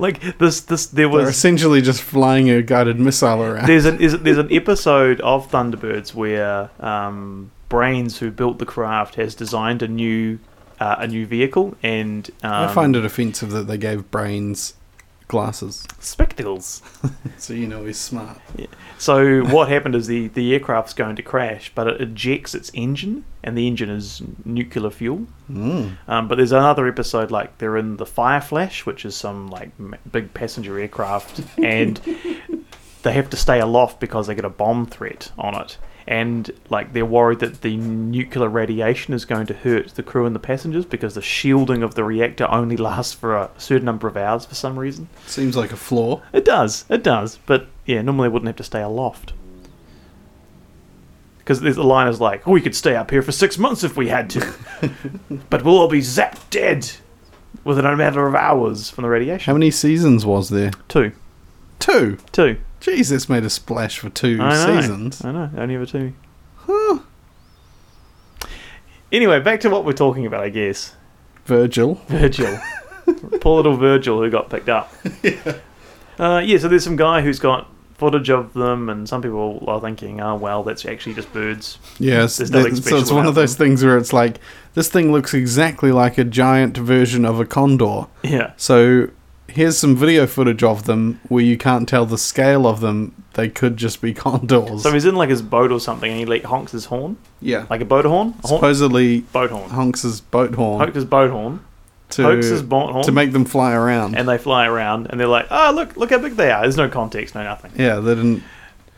like this, this They're there was essentially just flying a [LAUGHS] guided missile around. there's an is, there's an episode of Thunderbirds where um, Brains, who built the craft, has designed a new uh, a new vehicle and um, I find it offensive that they gave brains glasses, [LAUGHS] spectacles. so you know he's smart. So what happened is the, the aircraft's going to crash, but it ejects its engine, and the engine is nuclear fuel. Mm. Um, but there's another episode like they're in the Fire Flash, which is some like m- big passenger aircraft, and they have to stay aloft because they get a bomb threat on it, and like they're worried that the nuclear radiation is going to hurt the crew and the passengers because the shielding of the reactor only [LAUGHS] lasts for a certain number of hours for some reason. Seems like a flaw. It does. It does. But yeah, normally I wouldn't have to stay aloft. Because the line is like, oh, we could stay up here for six months if we had to. but we'll all be zapped dead within a matter of hours from the radiation. How many seasons was there? Two. Two. Two. Jeez, that's made a splash for two I know. Uh, seasons. I know. Only ever two. Anyway, back to what we're talking about, I guess. Virgil. [LAUGHS] Virgil. Poor little Virgil who got picked up. Uh, yeah, so there's some guy who's got footage of them, and some people are thinking, oh, well, that's actually just birds. Yes. There's nothing that- so special it's one about of those things where it's like this thing looks exactly like a giant version of a condor. Yeah. So here's some video footage of them where you can't tell the scale of them. They could just be [LAUGHS] condors. So he's in like his boat or something, and he like honks his horn, yeah. like a boat horn, a horn Supposedly boat horn, honks his boat horn honks his boat horn, honks his to, boat horn, to make them fly around. and they fly around, and they're like, oh look, look how big they are. There's no context, no nothing. yeah, they didn't. [LAUGHS]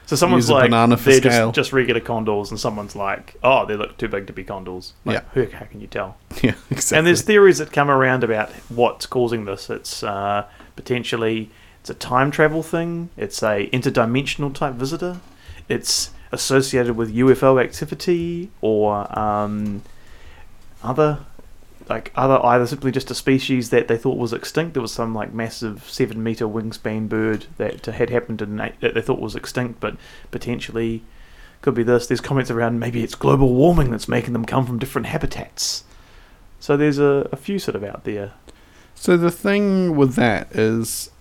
So someone's Use a like, banana for they're scale." just just regular condors, and someone's like, oh, they look too big to be condors. Like, Yeah. who, how can you tell? Yeah, exactly. And there's theories that come around about what's causing this. It's uh, potentially it's a time travel thing. It's a interdimensional type visitor. It's associated with UFO activity or um, other like other either simply just a species that they thought was extinct. There was some like massive seven meter wingspan bird that had happened in na- that they thought was extinct, but potentially could be this. There's comments around maybe it's global warming that's making them come from different habitats. So there's a, a few sort of out there. So the thing with that is,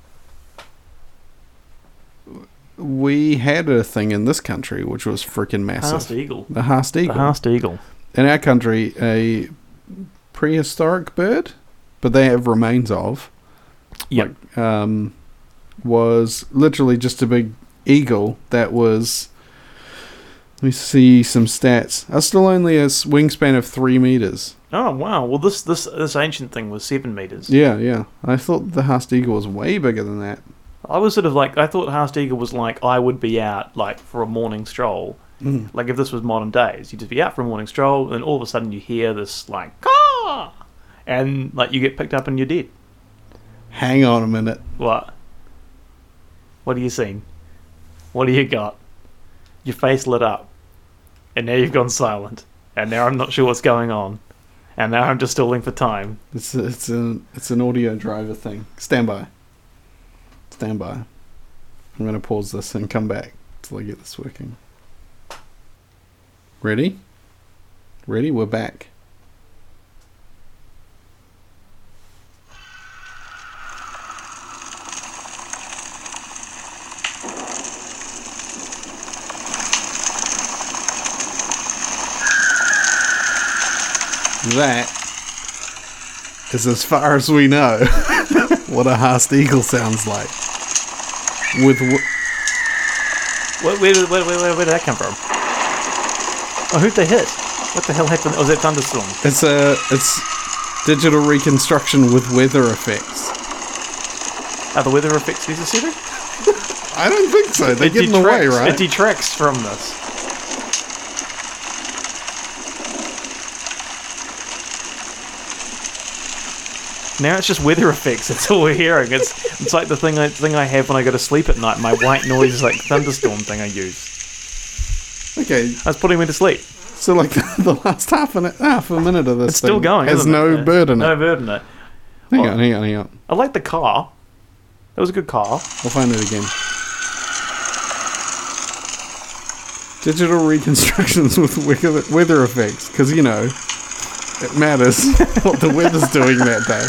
we had a thing in this country which was freaking massive. Past eagle. The Haast The eagle. Harst eagle. in our country, a prehistoric bird, but they have remains of, Yep. um, was literally just a big eagle that was. Let me see some stats. Are still only a s- wingspan of three meters. oh wow. Well this this this ancient thing was seven meters. Yeah, yeah. I thought the Haast eagle was way bigger than that. I was sort of like I thought Harst eagle was like I would be out like for a morning stroll. Mm. Like if this was modern days, you'd just be out for a morning stroll, and all of a sudden you hear this like caw, and like you get picked up and you're dead. Hang on a minute. What? What are you seeing? What do you got? Your face lit up. And now you've gone silent. And now I'm not sure what's going on. And now I'm just stalling for time. It's it's an it's an audio driver thing. Stand by. Stand by. I'm gonna pause this and come back till I get this working. Ready? Ready? We're back. That is as far as we know [LAUGHS] what a Haast Eagle sounds like. With w- Where, where, did- where, where, where, where did that come from? Oh, who'd they hit? What the hell happened? Oh, was that thunderstorm? it's a it's digital reconstruction with weather effects. Are the weather effects necessary? I don't think so. They get in the way, detracts- right? It detracts from this. Now it's just weather [LAUGHS] effects. That's all we're hearing. It's it's like the thing I thing I have when I go to sleep at night. My white noise like thunderstorm thing I use. okay, That's putting me to sleep. so like [LAUGHS] the last half an half a minute of this It's thing still going. has isn't it? no Yeah. bird in it. No bird in it. hang well- on, hang on, hang on. I like the car. That was a good car. I'll find it again. Digital reconstructions with weather [LAUGHS] weather effects, because you know it matters what the weather's doing that day.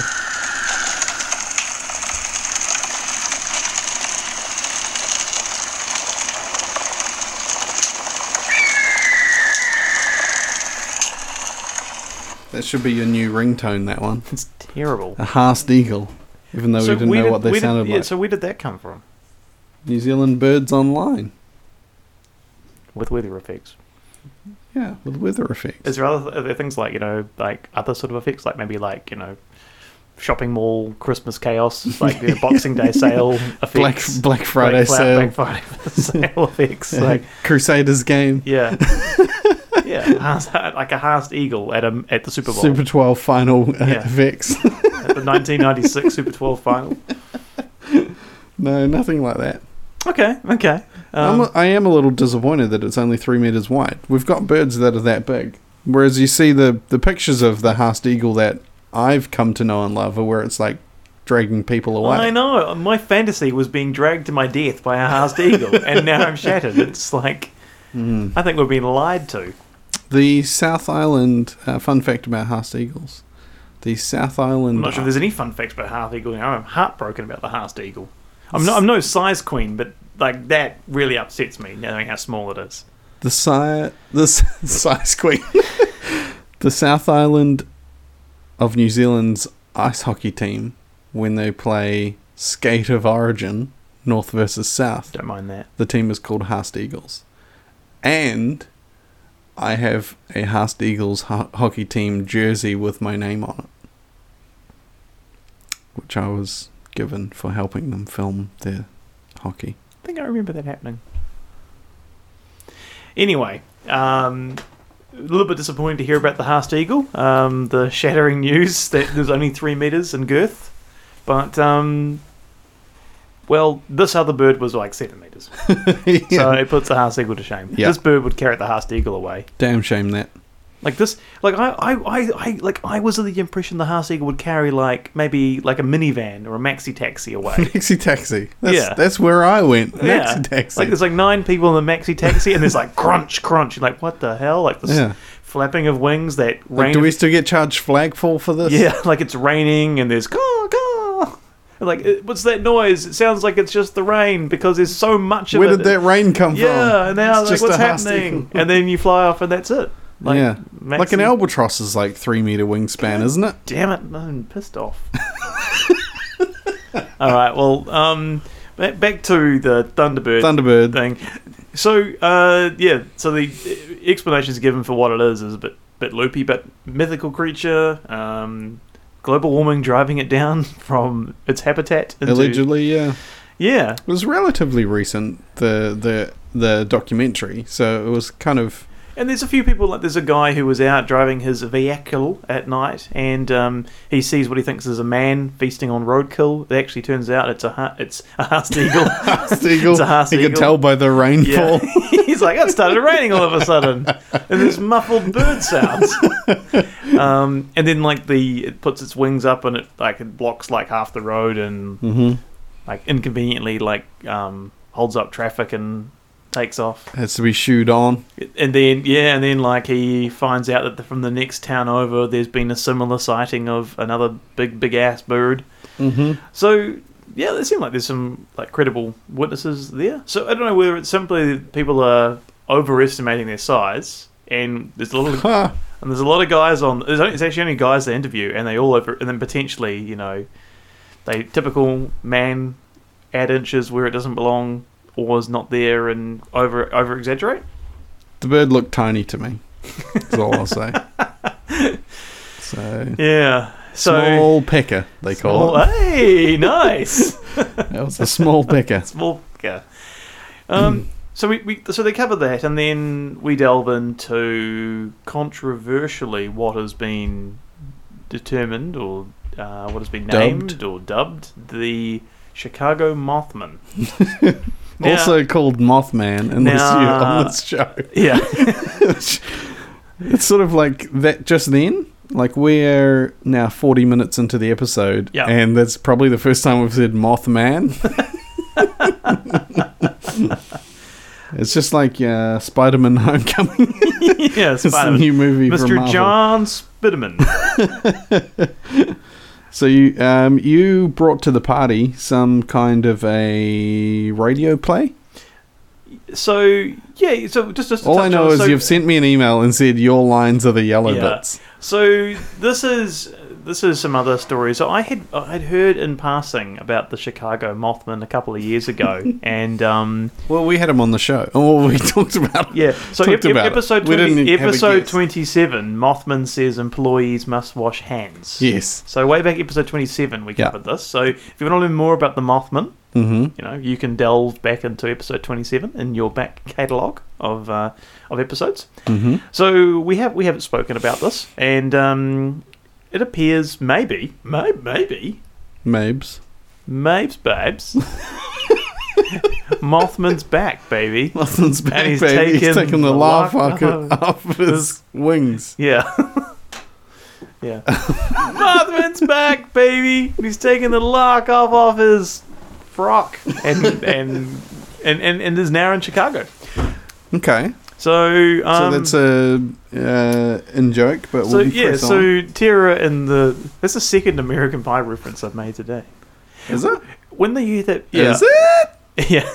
That should be your new ringtone. That one, It's terrible. a Haast Eagle. Even though we didn't where know did- what they where did- sounded yeah, like. So where did that come from? New Zealand Birds Online. With weather effects. Yeah, with weather effects. Is there other are there things like you know like other sort of effects like maybe like you know shopping mall Christmas [LAUGHS] chaos like the Boxing Day sale Black effects. Black Friday Black, Fla- sale. Black Friday [LAUGHS] sale effects like [LAUGHS] Crusaders game. yeah [LAUGHS] yeah Haas- uh, like a Haast Eagle at a at the Super Bowl Super 12 final uh, Yeah. effects. [LAUGHS] at the 1996 Super 12 final. no, nothing like that. Okay, okay. I'm Um, a, I am a little disappointed that it's only three meters wide. We've got birds that are that big. Whereas you see the, the pictures of the Haast Eagle that I've come to know and love, are where it's like dragging people away. I know. My fantasy was being dragged to my death by a Haast Eagle, and now I'm shattered. It's like Mm. I think we're being lied to. The South Island, uh, fun fact about Haast Eagles. The South Island. I'm not sure if there's any fun facts about Haast Eagle. Now I'm heartbroken about the Haast Eagle. I'm no, I'm no size queen, but like that really upsets me knowing how small it is. The sire, the s- [LAUGHS] size queen, the South Island of New Zealand's ice hockey team when they play Skate of Origin, North versus South. Don't mind that. The team is called Haast Eagles, and I have a Haast Eagles ho- hockey team jersey with my name on it, which I was given for helping them film their hockey. I think I remember that happening. Anyway, um, a little bit disappointed to hear about the Haast Eagle. Um, the shattering news [LAUGHS] that there's only three meters in girth, but um, well, this other bird was like seven meters, so [LAUGHS] Yeah. it puts the Haast Eagle to shame. Yeah. This bird would carry the Haast Eagle away. Damn shame that. Like this, like I, I, I, I like I was of the impression the Haast Eagle would carry like maybe like a minivan or a maxi taxi [LAUGHS] away. Maxi taxi. That's, Yeah. that's where I went. Yeah. Maxi taxi. Like there's like nine people in the maxi taxi, and there's like [LAUGHS] crunch, crunch. You're like, what the hell? Like this Yeah. flapping of wings. That Like, rain. do we still get charged flagful for this? [LAUGHS] yeah, like it's raining, and there's caw, caw. And, Like it- what's that noise? It sounds like it's just the rain because there's so much of Where it. did that rain come from? yeah, and It's now like just what's a husky. happening? and then you fly off, and that's it. Like, yeah. Like an maxi- albatross is like three meter wingspan, isn't it? Damn it! I'm pissed off. [LAUGHS] All right. Well, um, ba- back to the Thunderbird. Thunderbird. thing. So uh, yeah, so the uh, explanations given for what it is is a bit bit loopy, but mythical creature, um, global warming driving it down [LAUGHS] from its habitat. Into, Allegedly, yeah. Yeah, It was relatively recent, the the the documentary. So it was kind of and there's a few people like there's a guy who was out driving his vehicle at night, and um, he sees what he thinks is a man feasting on roadkill. It actually turns out it's a ha- it's a [LAUGHS] Haast eagle. Seagull. It's a Haas you could eagle. tell by the Yeah. [LAUGHS] rainfall. He's like, it started raining all of a sudden. And there's muffled bird sounds. um, and then, like, the it puts its wings up and it, like, it blocks, like, half the road and, hmm like, inconveniently, like, um, holds up traffic and takes off. Has to be shooed on. And then, yeah, and then, like, he finds out that the, from the next town over, there's been a similar sighting of another big, big ass bird. Mm-hmm. So yeah, it seemed like there's some like credible witnesses there. So I don't know whether it's simply people are overestimating their size, and there's a [LAUGHS] lot of Huh. and there's a lot of guys on. There's, only, there's actually only guys they interview, and they all over, and then potentially you know, they typical man add inches where it doesn't belong or is not there and over over exaggerate. The bird looked tiny to me. That's all I'll [LAUGHS] say. So Yeah. So. small pecker, they call [LAUGHS] Small- hey, nice. it. That was a small [LAUGHS] pecker. Small yeah. Um, so we, we so they cover that, and then we delve into controversially what has been determined or uh, what has been named Dubbed. or dubbed the [LAUGHS] Chicago Mothman. Now- also called Mothman, unless you're Now- on this show. [LAUGHS] yeah, [LAUGHS] It's sort of like that just then. Like we're now 40 minutes into the episode, Yeah. and that's probably the first time we've said [LAUGHS] Mothman. it's just like uh, Spider-Man: [LAUGHS] Homecoming. yeah, It's the Spiderman. new movie from Mr. Marvel. John Spiderman. So you um, you brought to the party some kind of a radio play. so yeah, so just just to All I touch know on, is so- you've sent me an email and said your lines are the yellow Yeah. bits. So this is this is some other stories. So I had I had heard in passing about the Chicago Mothman a couple of years [LAUGHS] ago, and um, Well, we had him on the show. [LAUGHS] Oh, we talked about it. yeah. So Talked ep- ep- about it. episode We 20 didn't have a episode guest. twenty seven, Mothman says employees must wash hands. Yes. So way back episode twenty seven, we Yeah. covered this. So if you want to learn more about the Mothman, Mm-hmm. you know you can delve back into episode 27 in your back catalogue of uh, of episodes Mhm. so we have we haven't spoken about this and um, it appears maybe may, maybe [LAUGHS] Mabes. Mabes [LAUGHS] babes Mothman's back baby Nothing's back, he's baby. he's taken taken the the laugh laugh off, [LAUGHS] off his wings. yeah [LAUGHS] yeah Mothman's back baby he's taking the lock off off his frock and and and, and, and is now in Chicago Okay. So, um, so that's a uh, in joke, but so we'll yeah, press on. so Tara and the that's the second American Pie reference I've made today. Is it? When they hear that, yeah, Is it? [LAUGHS] [LAUGHS] yeah,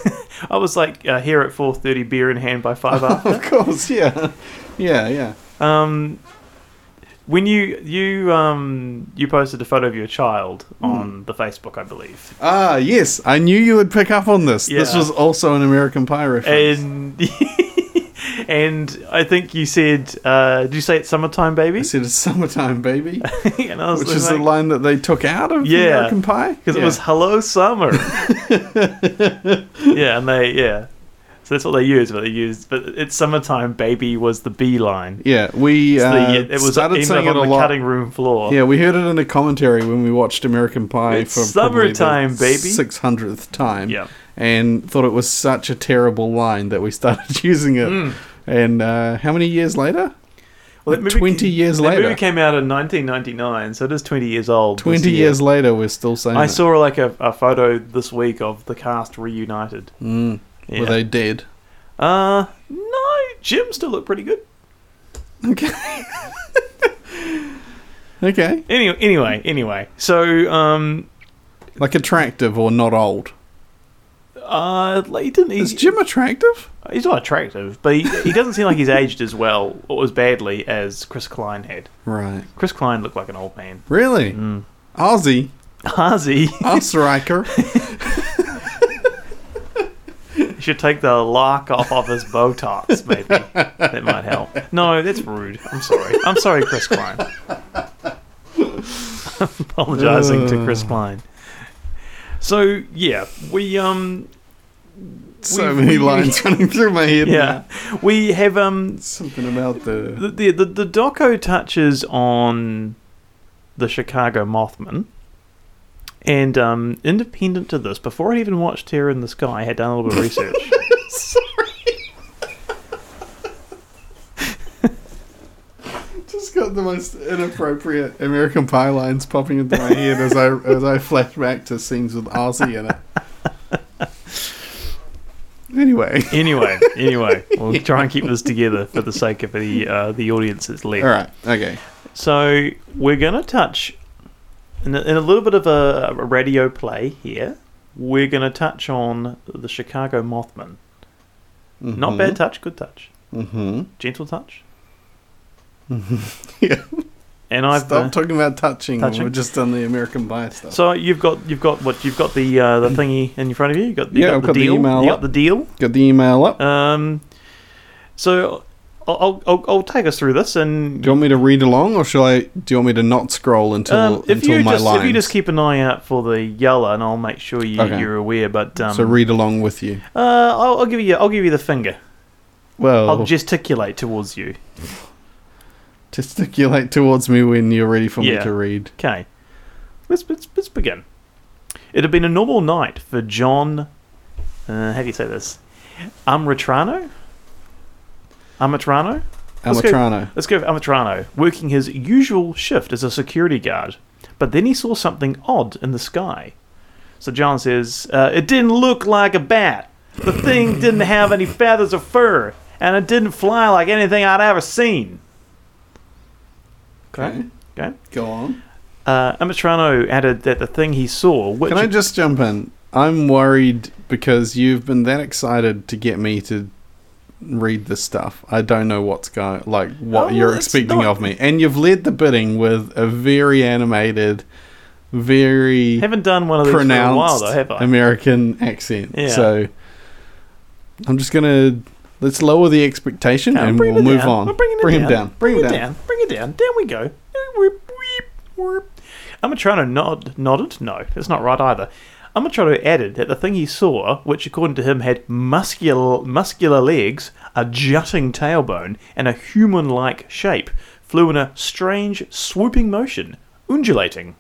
I was like uh, here at four thirty, beer in hand by [LAUGHS] five after. Of course, yeah. Yeah, yeah. Um, when you you um you posted a photo of your child Hmm. on the Facebook, I believe, Ah, yes. I knew you would pick up on this. This Yeah. was also an American Pie reference. and [LAUGHS] and I think you said, uh, did you say it's summertime, I baby? said it's summertime, [LAUGHS] baby, and I was which is like, the line that they took out of Yeah. American Pie because Yeah. it was [LAUGHS] "Hello Summer." yeah, and they yeah, so that's what they used. But they used, but it's "Summertime Baby" was the B line. Yeah, we It's uh, the- it was started emailed saying it on a the lot. cutting room floor. Yeah, we heard it in a commentary when we watched American Pie It's for probably summertime, the baby. 600th time. Yeah. And thought it was such a terrible line that we [LAUGHS] started using it. Hmm. And uh, how many years later? Well, that movie 20 ca- years that later. movie came out in 1999, so it is 20 years old. this 20 year. years later, we're still saying I it. saw like a, a photo this week of the cast reunited. Mm. Yeah. Were they dead? Uh, no, Jim still looked pretty good. Okay. okay. Anyway, anyway, anyway. So, um, Like attractive or not old? uh, he didn't. Is he, Jim attractive? He's not attractive, but he, he doesn't seem like he's aged as well or as badly as Chris Klein had. Right. Chris Klein looked like an old man. Really? Mm. Aussie. Hazy Us Riker. [LAUGHS] should take the lock off of his Botox, maybe. that might help. No, that's rude. I'm sorry. I'm sorry, Chris Klein. [LAUGHS] Apologizing to Chris Klein. So yeah, we um so We've- many we- lines running through my head. yeah we have um Something about the. [LAUGHS] the the the, the doco touches on the Chicago Mothman, and um, independent to this, before I even watched Terror in the Sky, I had done a little bit of [LAUGHS] research. Just got the most inappropriate American Pie lines popping into my head as [LAUGHS] I as I flash back to scenes with Aussie in it. Anyway, anyway, anyway, we'll try and keep this together for the sake of the uh, the audience that's left. all right, okay, So we're gonna touch in a, in a little bit of a, a radio play here. We're gonna touch on the Chicago Mothman. Not bad touch, good touch, [LAUGHS] Mm-hmm. gentle touch. Yeah. And I've Stop uh, talking about touching. touching? We've just done the American Pie stuff. So you've got you've got what you've got the uh, the thingy in front of you. You got you Yeah, got I've the got the deal. email you up. got the deal. got the email up. Um, so I'll, I'll I'll I'll take us through this and do you want me to read along, or shall I? Do you want me to not scroll until um, if until you my just lines? if you just keep an eye out for the yellow, and I'll make sure you Okay. you're aware. But um, so read along with you. uh, I'll, I'll give you I'll give you the finger. Well, I'll gesticulate towards you. [LAUGHS] gesticulate towards me when you're ready for me Yeah. to read. Okay, let's let's, let's begin. It had been a normal night for John. Uh, how do you say this? Amritrano. Amritrano. Let's go- Amatrano. Let's go with Amatrano, working his usual shift as a security guard. But then he saw something odd in the sky. So John says, uh, It didn't look like a bat. The thing didn't have any feathers or fur, and it didn't fly like anything I'd ever seen. Okay. Okay. Go on. Uh, Amatrano added that the thing he saw, which Can I just jump in? I'm worried because you've been that excited to get me to read this stuff. I don't know what's going like what Oh, you're it's expecting not- of me. And you've led the bidding with a very animated, very Haven't done one of these for a while pronounced though, have I? American accent. Yeah. So I'm just gonna let's lower the expectation No, and bring we'll it move down. on. We're bringing it bring down. him down. Bring, him it down. Bring it down. Down we go. Weep, weep, weep. I'm gonna try to nod. Nodded? No, that's not right either. I'm gonna try to added that the thing he saw, which according to him had muscular muscular legs, a jutting tailbone, and a human-like shape, flew in a strange swooping motion, undulating,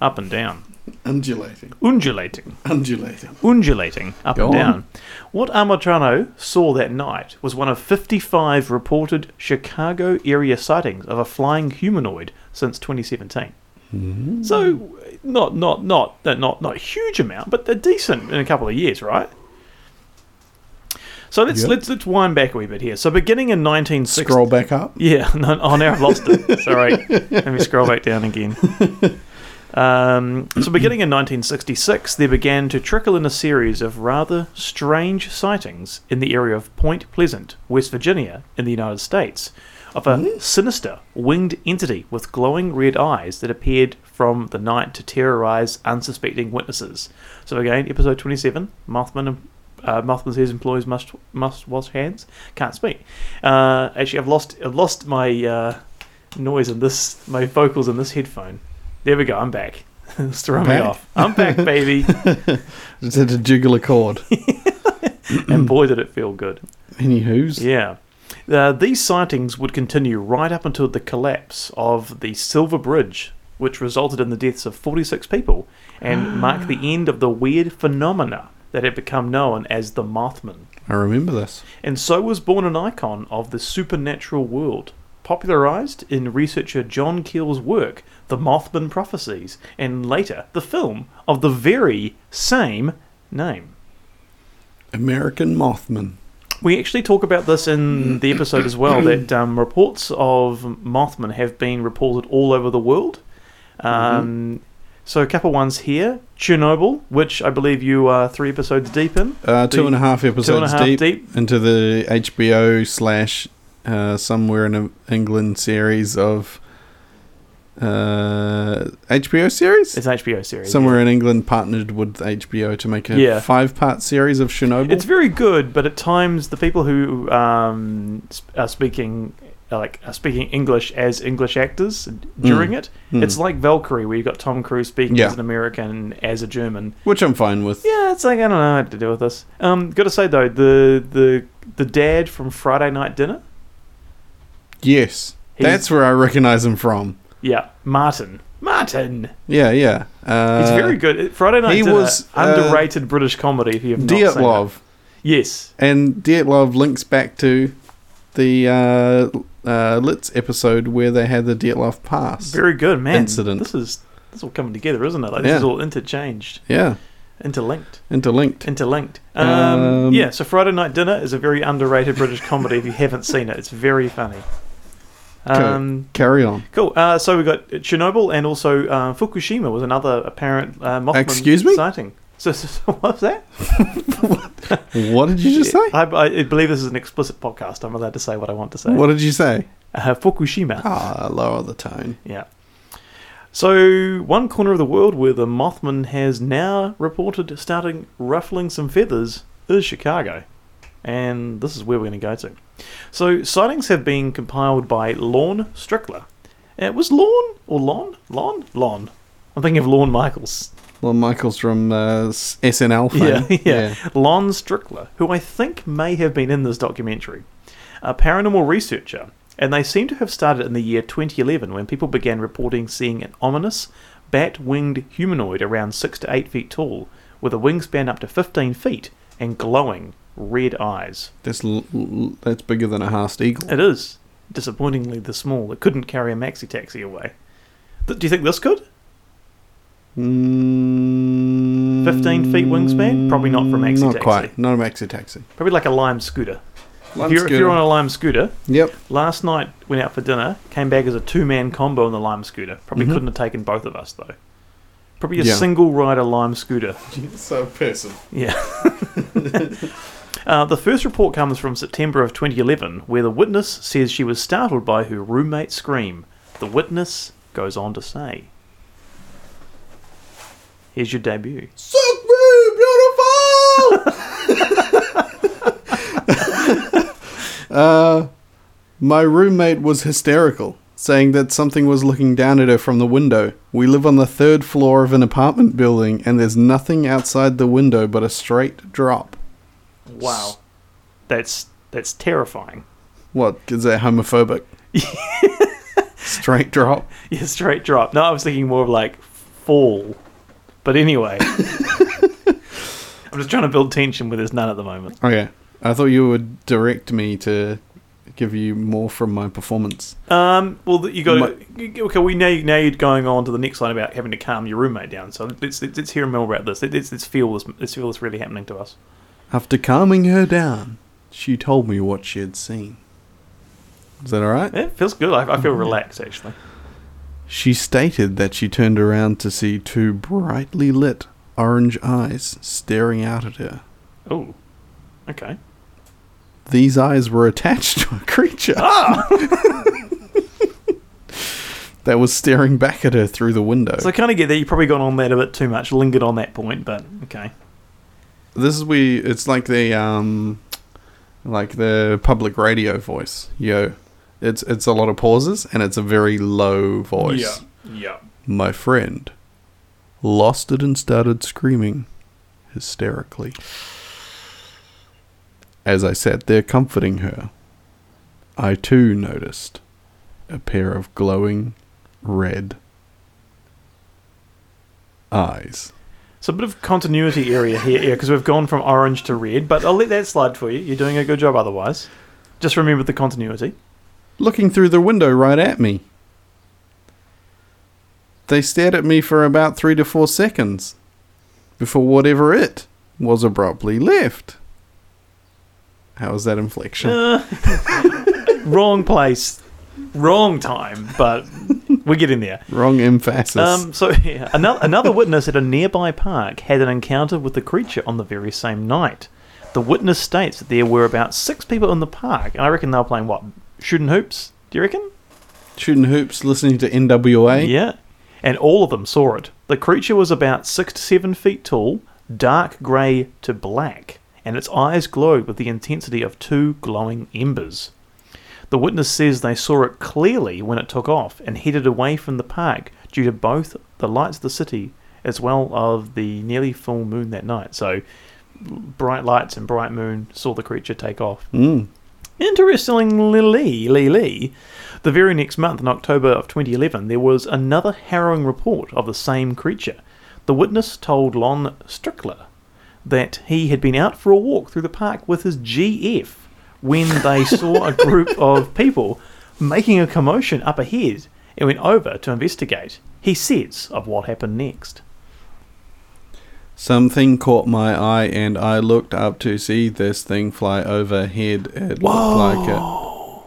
up and down, Undulating. undulating Undulating. undulating up Go and on. down. What Amatrano saw that night was one of 55 reported Chicago area sightings of a flying humanoid since 2017. Hmm. So, not not not uh, not not a huge amount, but a decent in a couple of years, right? So let's Yep. let's let's wind back a wee bit here. So beginning in 1960, Scroll back up. yeah, [LAUGHS] no, oh, now I've lost it. [LAUGHS] Sorry. Let me scroll back down again. Um, so, beginning in 1966, there began to trickle in a series of rather strange sightings in the area of Point Pleasant, West Virginia, in the United States, of a sinister winged entity with glowing red eyes that appeared from the night to terrorize unsuspecting witnesses. So, again, episode 27, Mothman uh, Mothman says employees must must wash hands. Can't speak. Uh, actually, I've lost I've lost my uh, noise in this my vocals in this headphone. There we go. I'm back. [LAUGHS] it's throwing me Back? off. I'm back, baby. It's at a jugular [LAUGHS] chord. and boy, did it feel good. Anywho's. Yeah. Uh, these sightings would continue right up until the collapse of the Silver Bridge, which resulted in the deaths of 46 people and marked the end of the weird phenomena that had become known as the Mothman. I remember this. And so was born an icon of the supernatural world, popularized in researcher John Keel's work, The Mothman Prophecies, and later the film of the very same name. American Mothman. We actually talk about this Mm. in the episode as well [CLEARS THROAT] that um, reports of Mothman have been reported all over the world. Mm-hmm. Um, So, a couple ones here Chernobyl, which I believe you are three episodes deep in. Uh, two The- and a half Two and a episodes half deep, deep. into the HBO slash uh, somewhere in England series of uh, HBO series. It's an HBO series. somewhere in England partnered with HBO to make a Yeah. five-part series of Chernobyl. It's very good, but at times the people who um, sp- are speaking are like are speaking English as English actors during it, Mm. it's like Valkyrie, where you've got Tom Cruise speaking Yeah. as an American as a German. which I'm fine with. Yeah, it's like I don't know what to do with this. Um, got to say though, the the the dad from Friday Night Dinner, Yes, He's- that's where I recognize him from. yeah, Martin, Martin, Yeah, yeah. Uh, he's very good. Friday Night he Dinner, was, uh, underrated British comedy. If you have not seen it. Dietlov, yes, and Dietlov links back to the uh, uh, Litz episode where they had the Dietlov pass. very good man. Incident. This is this is all coming together, isn't it? Like this Yeah. is all interchanged, yeah, interlinked. interlinked. Interlinked. Um, Um, yeah, so Friday Night Dinner is a very underrated British comedy if you haven't seen it. It's very funny. Um, Carry on. cool. Uh, so we got Chernobyl and also uh, Fukushima was another apparent uh, Mothman Excuse me? sighting. [LAUGHS] So, so, so what's that? What did you just say? I, I believe this is an explicit podcast. I'm allowed to say what I want to say. What did you say? Uh, Fukushima. Ah, lower the tone. Yeah. So, one corner of the world where the Mothman has now reported starting ruffling some feathers is Chicago. And this is where we're going to go to. So, sightings have been compiled by Lorne Strickler. It was Lorne or Lon? Lon? Lon. I'm thinking of Lorne Michaels. Well, Michael's from uh, S- SNL. Yeah, Fame. [LAUGHS] yeah, Lon Strickler, who I think may have been in this documentary, a paranormal researcher, and they seem to have started in the year 2011 when people began reporting seeing an ominous bat winged humanoid around 6 to 8 feet tall, with a wingspan up to 15 feet and glowing red eyes. That's l- l- that's bigger than a harst eagle. It is, disappointingly, the small. It couldn't carry a maxi taxi away. Th- do you think this could? Mm, 15 feet wingspan? Probably not for maxi Not taxi. quite. Not a maxi taxi. Probably like a lime scooter. Lime if, you're, if scooter. you're on a lime scooter, Yep. Last night went out for dinner, came back as a two man combo on the lime scooter. Probably couldn't have taken both of us though. Probably a Yeah. [LAUGHS] single rider lime scooter. So person. Yeah. Uh, the first report comes from September of 2011, where the witness says she was startled by her roommate's scream. The witness goes on to say, "Here's your debut." Suck me, beautiful! [LAUGHS] uh, my roommate was hysterical, saying that something was looking down at her from the window. We live on the third floor of an apartment building, and there's nothing outside the window but a straight drop. Wow, that's that's terrifying. What? Is that homophobic? straight drop? [LAUGHS] Yeah, straight drop. No, I was thinking more of like fall. But anyway, I'm just trying to build tension where there's none at the moment. Okay. I thought you would direct me to give you more from my performance. Um, well, th- you got okay. We now now you're going on to the next line about having to calm your roommate down. So let's let's, let's hear more about this. Let's let's feel this. Let's feel this really happening to us. After calming her down, she told me what she had seen. Is that alright? It feels good. I, I feel relaxed actually. She stated that she turned around to see two brightly lit orange eyes staring out at her. Oh, okay. These eyes were attached to a creature [LAUGHS] that was staring back at her through the window. So I kind of get that you've probably gone on that a bit too much, lingered on that point, but okay. this is we. It's like the um, like the public radio voice. Yo, it's it's a lot of pauses and it's a very low voice. yeah. My friend lost it and started screaming hysterically. As I sat there comforting her, I too noticed a pair of glowing red eyes. So a bit of continuity area here, yeah, because we've gone from orange to red, but I'll let that slide for you. You're doing a good job otherwise. Just remember the continuity. looking through the window right at me. They stared at me for about three to four seconds before whatever it was abruptly left. How is that inflection? Wrong place, wrong time, but we're getting there. Wrong emphasis. Um, so [LAUGHS] yeah, another, another witness at a nearby park had an encounter with the creature on the very same night. The witness states that there were about six people in the park, and I reckon they were playing what shooting hoops. Do you reckon? Shooting hoops, listening to NWA. Yeah. And all of them saw it. The creature was about six to seven feet tall, dark grey to black, and its eyes glowed with the intensity of two glowing embers. The witness says they saw it clearly when it took off and headed away from the park due to both the lights of the city as well as the nearly full moon that night. So, bright lights and bright moon saw the creature take off. Mm. Interestingly, Lee Lee, the very next month, in October of 2011, there was another harrowing report of the same creature. The witness told Lon Strickler that he had been out for a walk through the park with his GF when they saw a group of people making a commotion up ahead and went over to investigate. He says of what happened next. [LAUGHS] Something caught my eye, and I looked up to see this thing fly overhead. It looked like a,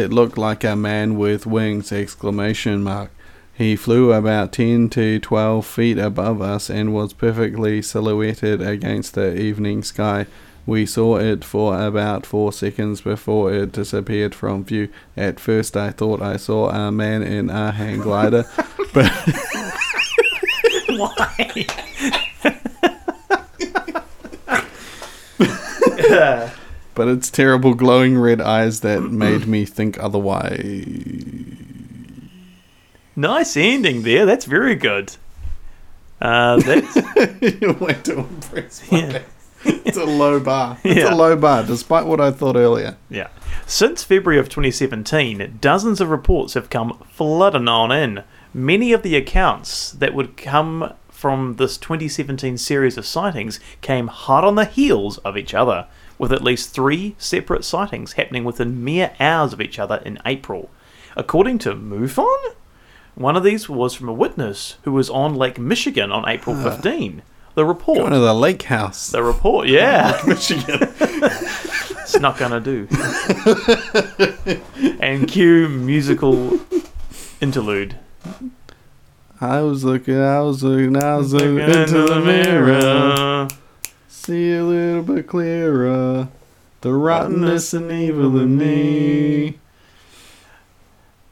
it looked like a man with wings! Exclamation mark. He flew about ten to twelve feet above us and was perfectly silhouetted against the evening sky. We saw it for about four seconds before it disappeared from view. At first, I thought I saw a man in a hang glider, but Why? but its terrible glowing red eyes that made me think [LAUGHS] otherwise. nice ending there. That's very good. Uh, that's, you went to impress my Yeah. best. It's a low bar. It's Yeah. a low bar, despite what I thought earlier. Yeah. Since February of 2017, dozens of reports have come flooding on in. Many of the accounts that would come from this 2017 series of sightings came hot on the heels of each other, with at least three separate sightings happening within mere hours of each other in April. According to MUFON, one of these was from a witness who was on Lake Michigan on April 15. The Going report. to the lake house, The [LAUGHS] report, yeah. Michigan. It's not gonna do. and cue musical interlude. I was looking, I was looking, I was looking into the mirror. See a little bit clearer. The rottenness and evil in me.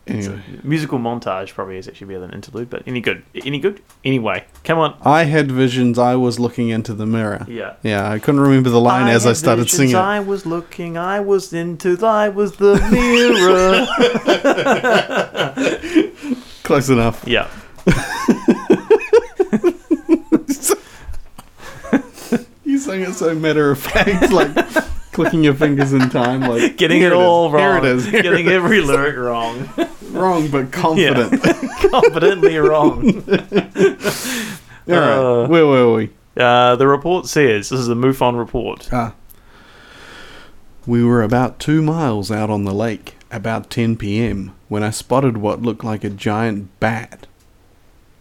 Anyway, Musical montage probably is actually better than interlude, but any good, any good. Anyway, come on. I had visions. I was looking into the mirror. Yeah. Yeah, I couldn't remember the line as I had started visions, singing. it. I was looking, I was into, I was the [LAUGHS] mirror. Close enough. yeah. You sang it so matter of fact, [LAUGHS] like clicking your fingers in time, like Getting "Here it, is, all wrong. Here it is. Here Getting it is." every [LAUGHS] lyric wrong. wrong, but confident. [LAUGHS] [LAUGHS] Confidently wrong. all right, Uh, where were we? Uh, the report says this is the MUFON report. Ah. We were about two miles out on the lake, about 10 p.m., when I spotted what looked like a giant bat.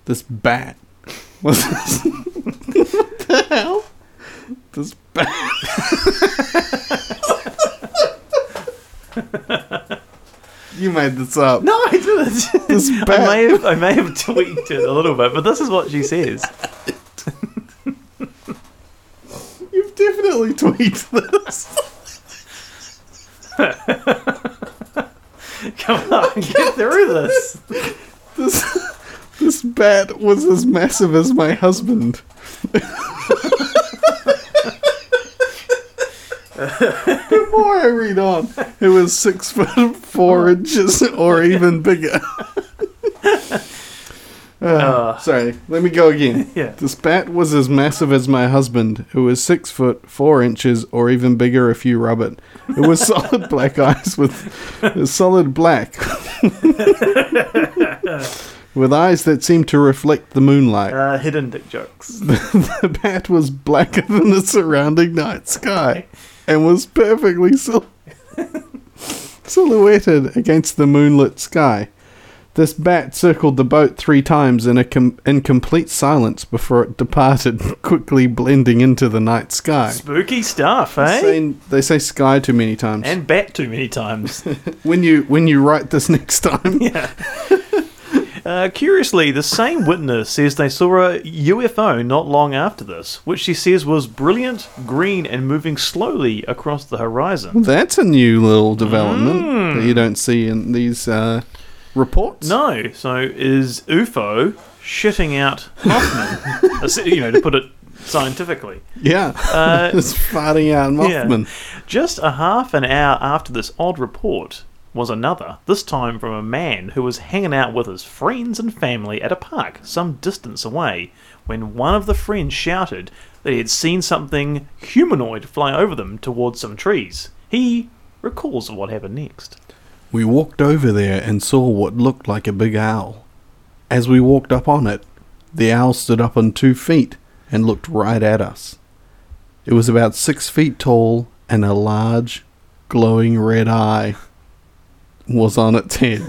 This bat [LAUGHS] was. what the hell? This bat. [LAUGHS] you made this up. No, I didn't. This I bat- may have I may have tweaked it a little bit, but this is what she says. [LAUGHS] You've definitely tweaked this. Come on, get through this. This, this bat was as massive as my husband. Before I read on, it was six foot four inches or even bigger. Uh, Uh. sorry, let me go again. Yeah. This bat was as massive as my husband, who was six foot four inches or even bigger if you rub it. It was solid black eyes with it was solid black with eyes that seemed to reflect the moonlight. Uh, hidden dick jokes. the bat was blacker than the surrounding night sky and was perfectly sil- silhouetted against the moonlit sky. This bat circled the boat three times in a com- in complete silence before it departed, [LAUGHS] quickly blending into the night sky. Spooky stuff, They eh? say, they say sky too many times. And bat too many times. when you when you write this [LAUGHS] next time, yeah. Uh, curiously, the same witness says they saw a UFO not long after this, which she says was brilliant, green, and moving slowly across the horizon. that's a new little development Hmm. that you don't see in these uh, reports. No, so is UFO shitting out Hoffman? As- you know, to put it scientifically. Yeah. Uh, [LAUGHS] it's farting out Mothman. Just a half an hour after this odd report was another, this time from a man who was hanging out with his friends and family at a park some distance away when one of the friends shouted that he had seen something humanoid fly over them towards some trees. He recalls what happened next. We walked over there and saw what looked like a big owl. As we walked up on it, the owl stood up on two feet and looked right at us. It was about six feet tall and a large, glowing red eye was on its [LAUGHS] head.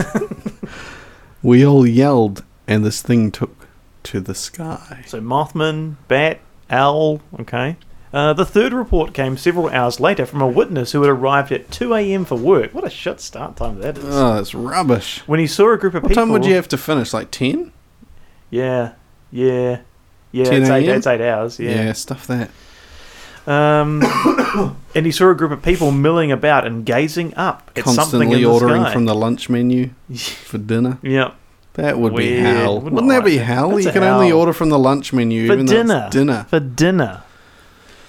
we all yelled, and this thing took to the sky. So Mothman, Bat, Owl, okay. Uh, the third report came several hours later from a witness who had arrived at 2 a.m. for work. What a shit start time that is. Oh, that's rubbish. when he saw a group of What people. time would you have to finish? Like 10? Yeah, yeah, yeah. 10 It's eight, a.m.? it's eight hours. Yeah. stuff that. Um, [COUGHS] and he saw a group of people milling about and gazing up at something in Constantly the ordering sky. from the lunch [LAUGHS] menu for dinner. yeah. That would be Weird. hell. Wouldn't Wouldn't, that I? be hell? That's you a can only hell. order from the lunch menu For even though dinner. it's dinner. For dinner.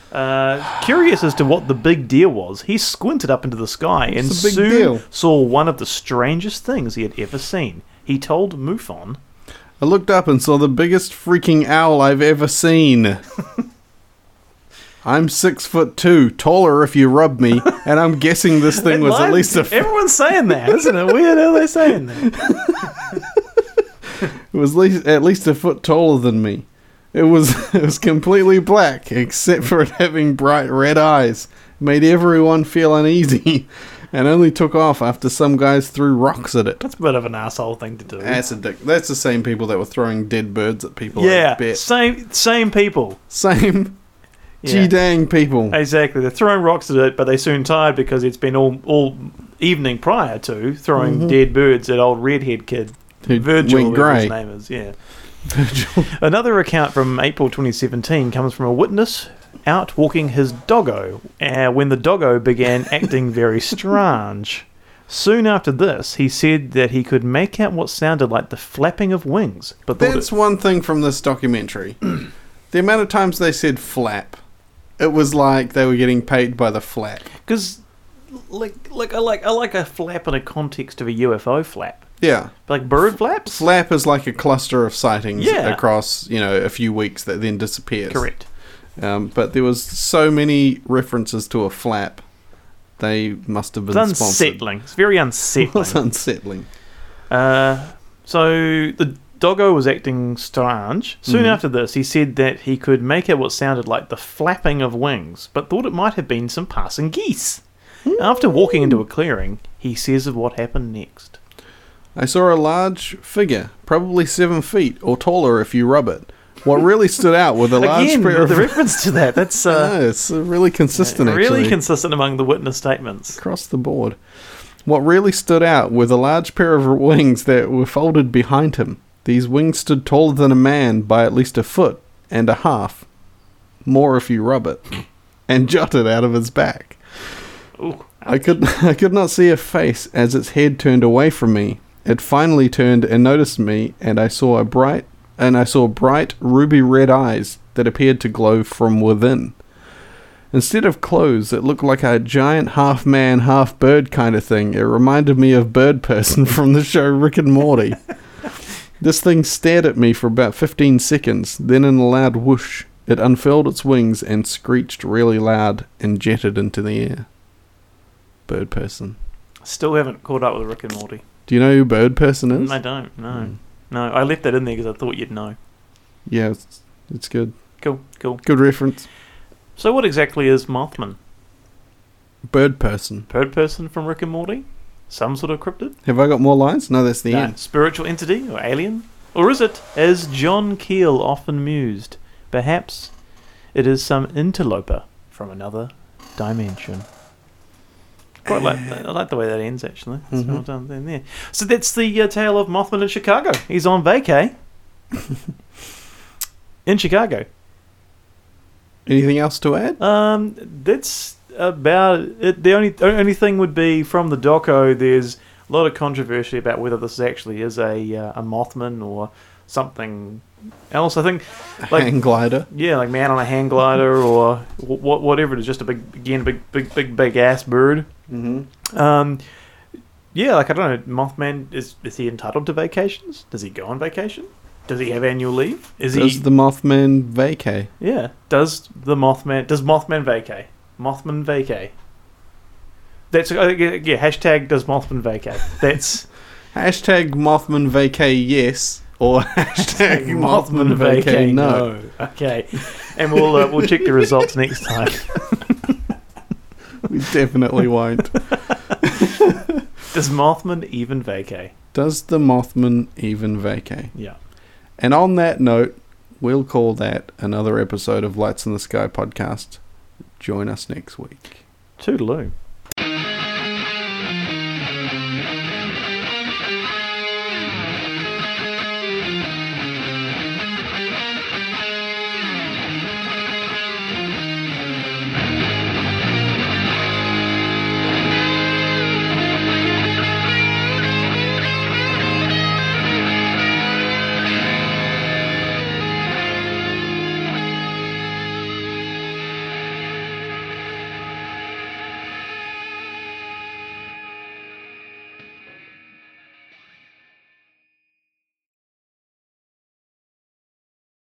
Uh, curious as to what the big deal was, he squinted up into the sky and What's the big soon deal? saw one of the strangest things he had ever seen. He told MUFON, I looked up and saw the biggest freaking owl I've ever [LAUGHS] seen. I'm six foot two, taller if you rub me, and I'm guessing [LAUGHS] this thing was at Lions- least a f- Everyone's [LAUGHS] saying that, isn't it? Weird how they're saying that. it was least, at least a foot taller than me. It was [LAUGHS] it was completely black except for it having bright red eyes. Made everyone feel uneasy, [LAUGHS] and only took off after some guys threw rocks at it. That's a bit of an asshole thing to do. That's a dick. That's the same people that were throwing dead birds at people. I yeah, bet. same same people. Same Yeah. gee dang people. [LAUGHS] Exactly. They're throwing rocks at it, but they soon tired because it's been all all evening prior to throwing dead birds at old redhead kid Mm-hmm. Who Virgil. went whatever grey. His name is yeah. Another account from April 2017 comes from a witness out walking his doggo uh, when the [LAUGHS] doggo began acting very strange. Soon after this, he said that he could make out what sounded like the flapping of wings, but thought That's it, one thing from this [CLEARS THROAT] documentary. the amount of times they said flap, it was like they were getting paid by the flap. because like like I like I like a flap in a context of a UFO flap, Yeah. like bird flaps. Flap is like a cluster of sightings Yeah. across, you know, a few weeks that then disappears. Correct. Um, but there was so many references to a flap, they must have been It's sponsored. [LAUGHS] unsettling. It's very It was [LAUGHS] unsettling. unsettling. Uh, so the doggo was acting strange. Soon Mm-hmm. after this, he said that he could make out what sounded like the flapping of wings, but thought it might have been some passing geese. Hmm. After walking into a clearing, he says of what happened next. I saw a large figure, probably seven feet or taller if you rub it. What really stood out were the large Again, pair the of. reference to [LAUGHS] that. That's No, uh, it's uh, really consistent, really actually. consistent among the witness statements. across the board. What really stood out were the large pair of wings that were folded behind him. These wings stood taller than a man by at least a foot and a half, more if you rub it, and [LAUGHS] jutted out of his back. Ooh. I could [LAUGHS] I could not see a face as its head turned away from me. It finally turned and noticed me, and I saw a bright and I saw bright ruby red eyes that appeared to glow from within. Instead of clothes, it looked like a giant half man, half bird kind of thing. It reminded me of Bird Person [LAUGHS] from the show Rick and Morty. this thing stared at me for about 15 seconds, then in a loud whoosh, it unfurled its wings and screeched really loud and jetted into the air. Bird Person. Still haven't caught up with Rick and Morty. Do you know who Bird Person is? I don't. No, Mm. no. I left that in there because I thought you'd know. Yeah, it's, it's good. Cool, cool. Good reference. So, what exactly is Mothman? Bird Person. Bird person from Rick and Morty? Some sort of cryptid? Have I got more lines? No, that's the No, end. Spiritual entity or alien? Or is it, as John Keel often mused, perhaps it is some interloper from another dimension? Quite like I like the way that ends actually. It's well done then there. So that's the uh, tale of Mothman in Chicago. He's on vacay in Chicago. Anything else to add? Um, that's about it. The only the only thing would be from the doco. There's a lot of controversy about whether this actually is a uh, a Mothman or something else. I think, like Hang glider. yeah, like man on a hang glider or what whatever it is, just a big again big big big big ass bird. Mm-hmm. Um, yeah, like I don't know. Mothman is is he entitled to vacations? Does he go on vacation? Does he have annual leave? Is he Does the Mothman vacay? yeah. Does the Mothman does Mothman vacay? Mothman vacay. That's uh, yeah. yeah, Hashtag does Mothman vacay? That's Hashtag Mothman vacay yes or [LAUGHS] hashtag Mothman vacay vacay, no. [LAUGHS] Okay, and we'll uh, we'll check the results next [LAUGHS] time. We definitely [LAUGHS] won't. Does Mothman even vacay? Does the Mothman even vacay? Yeah. And on that note, we'll call that another episode of Lights in the Sky podcast. Join us next week. Toodaloo.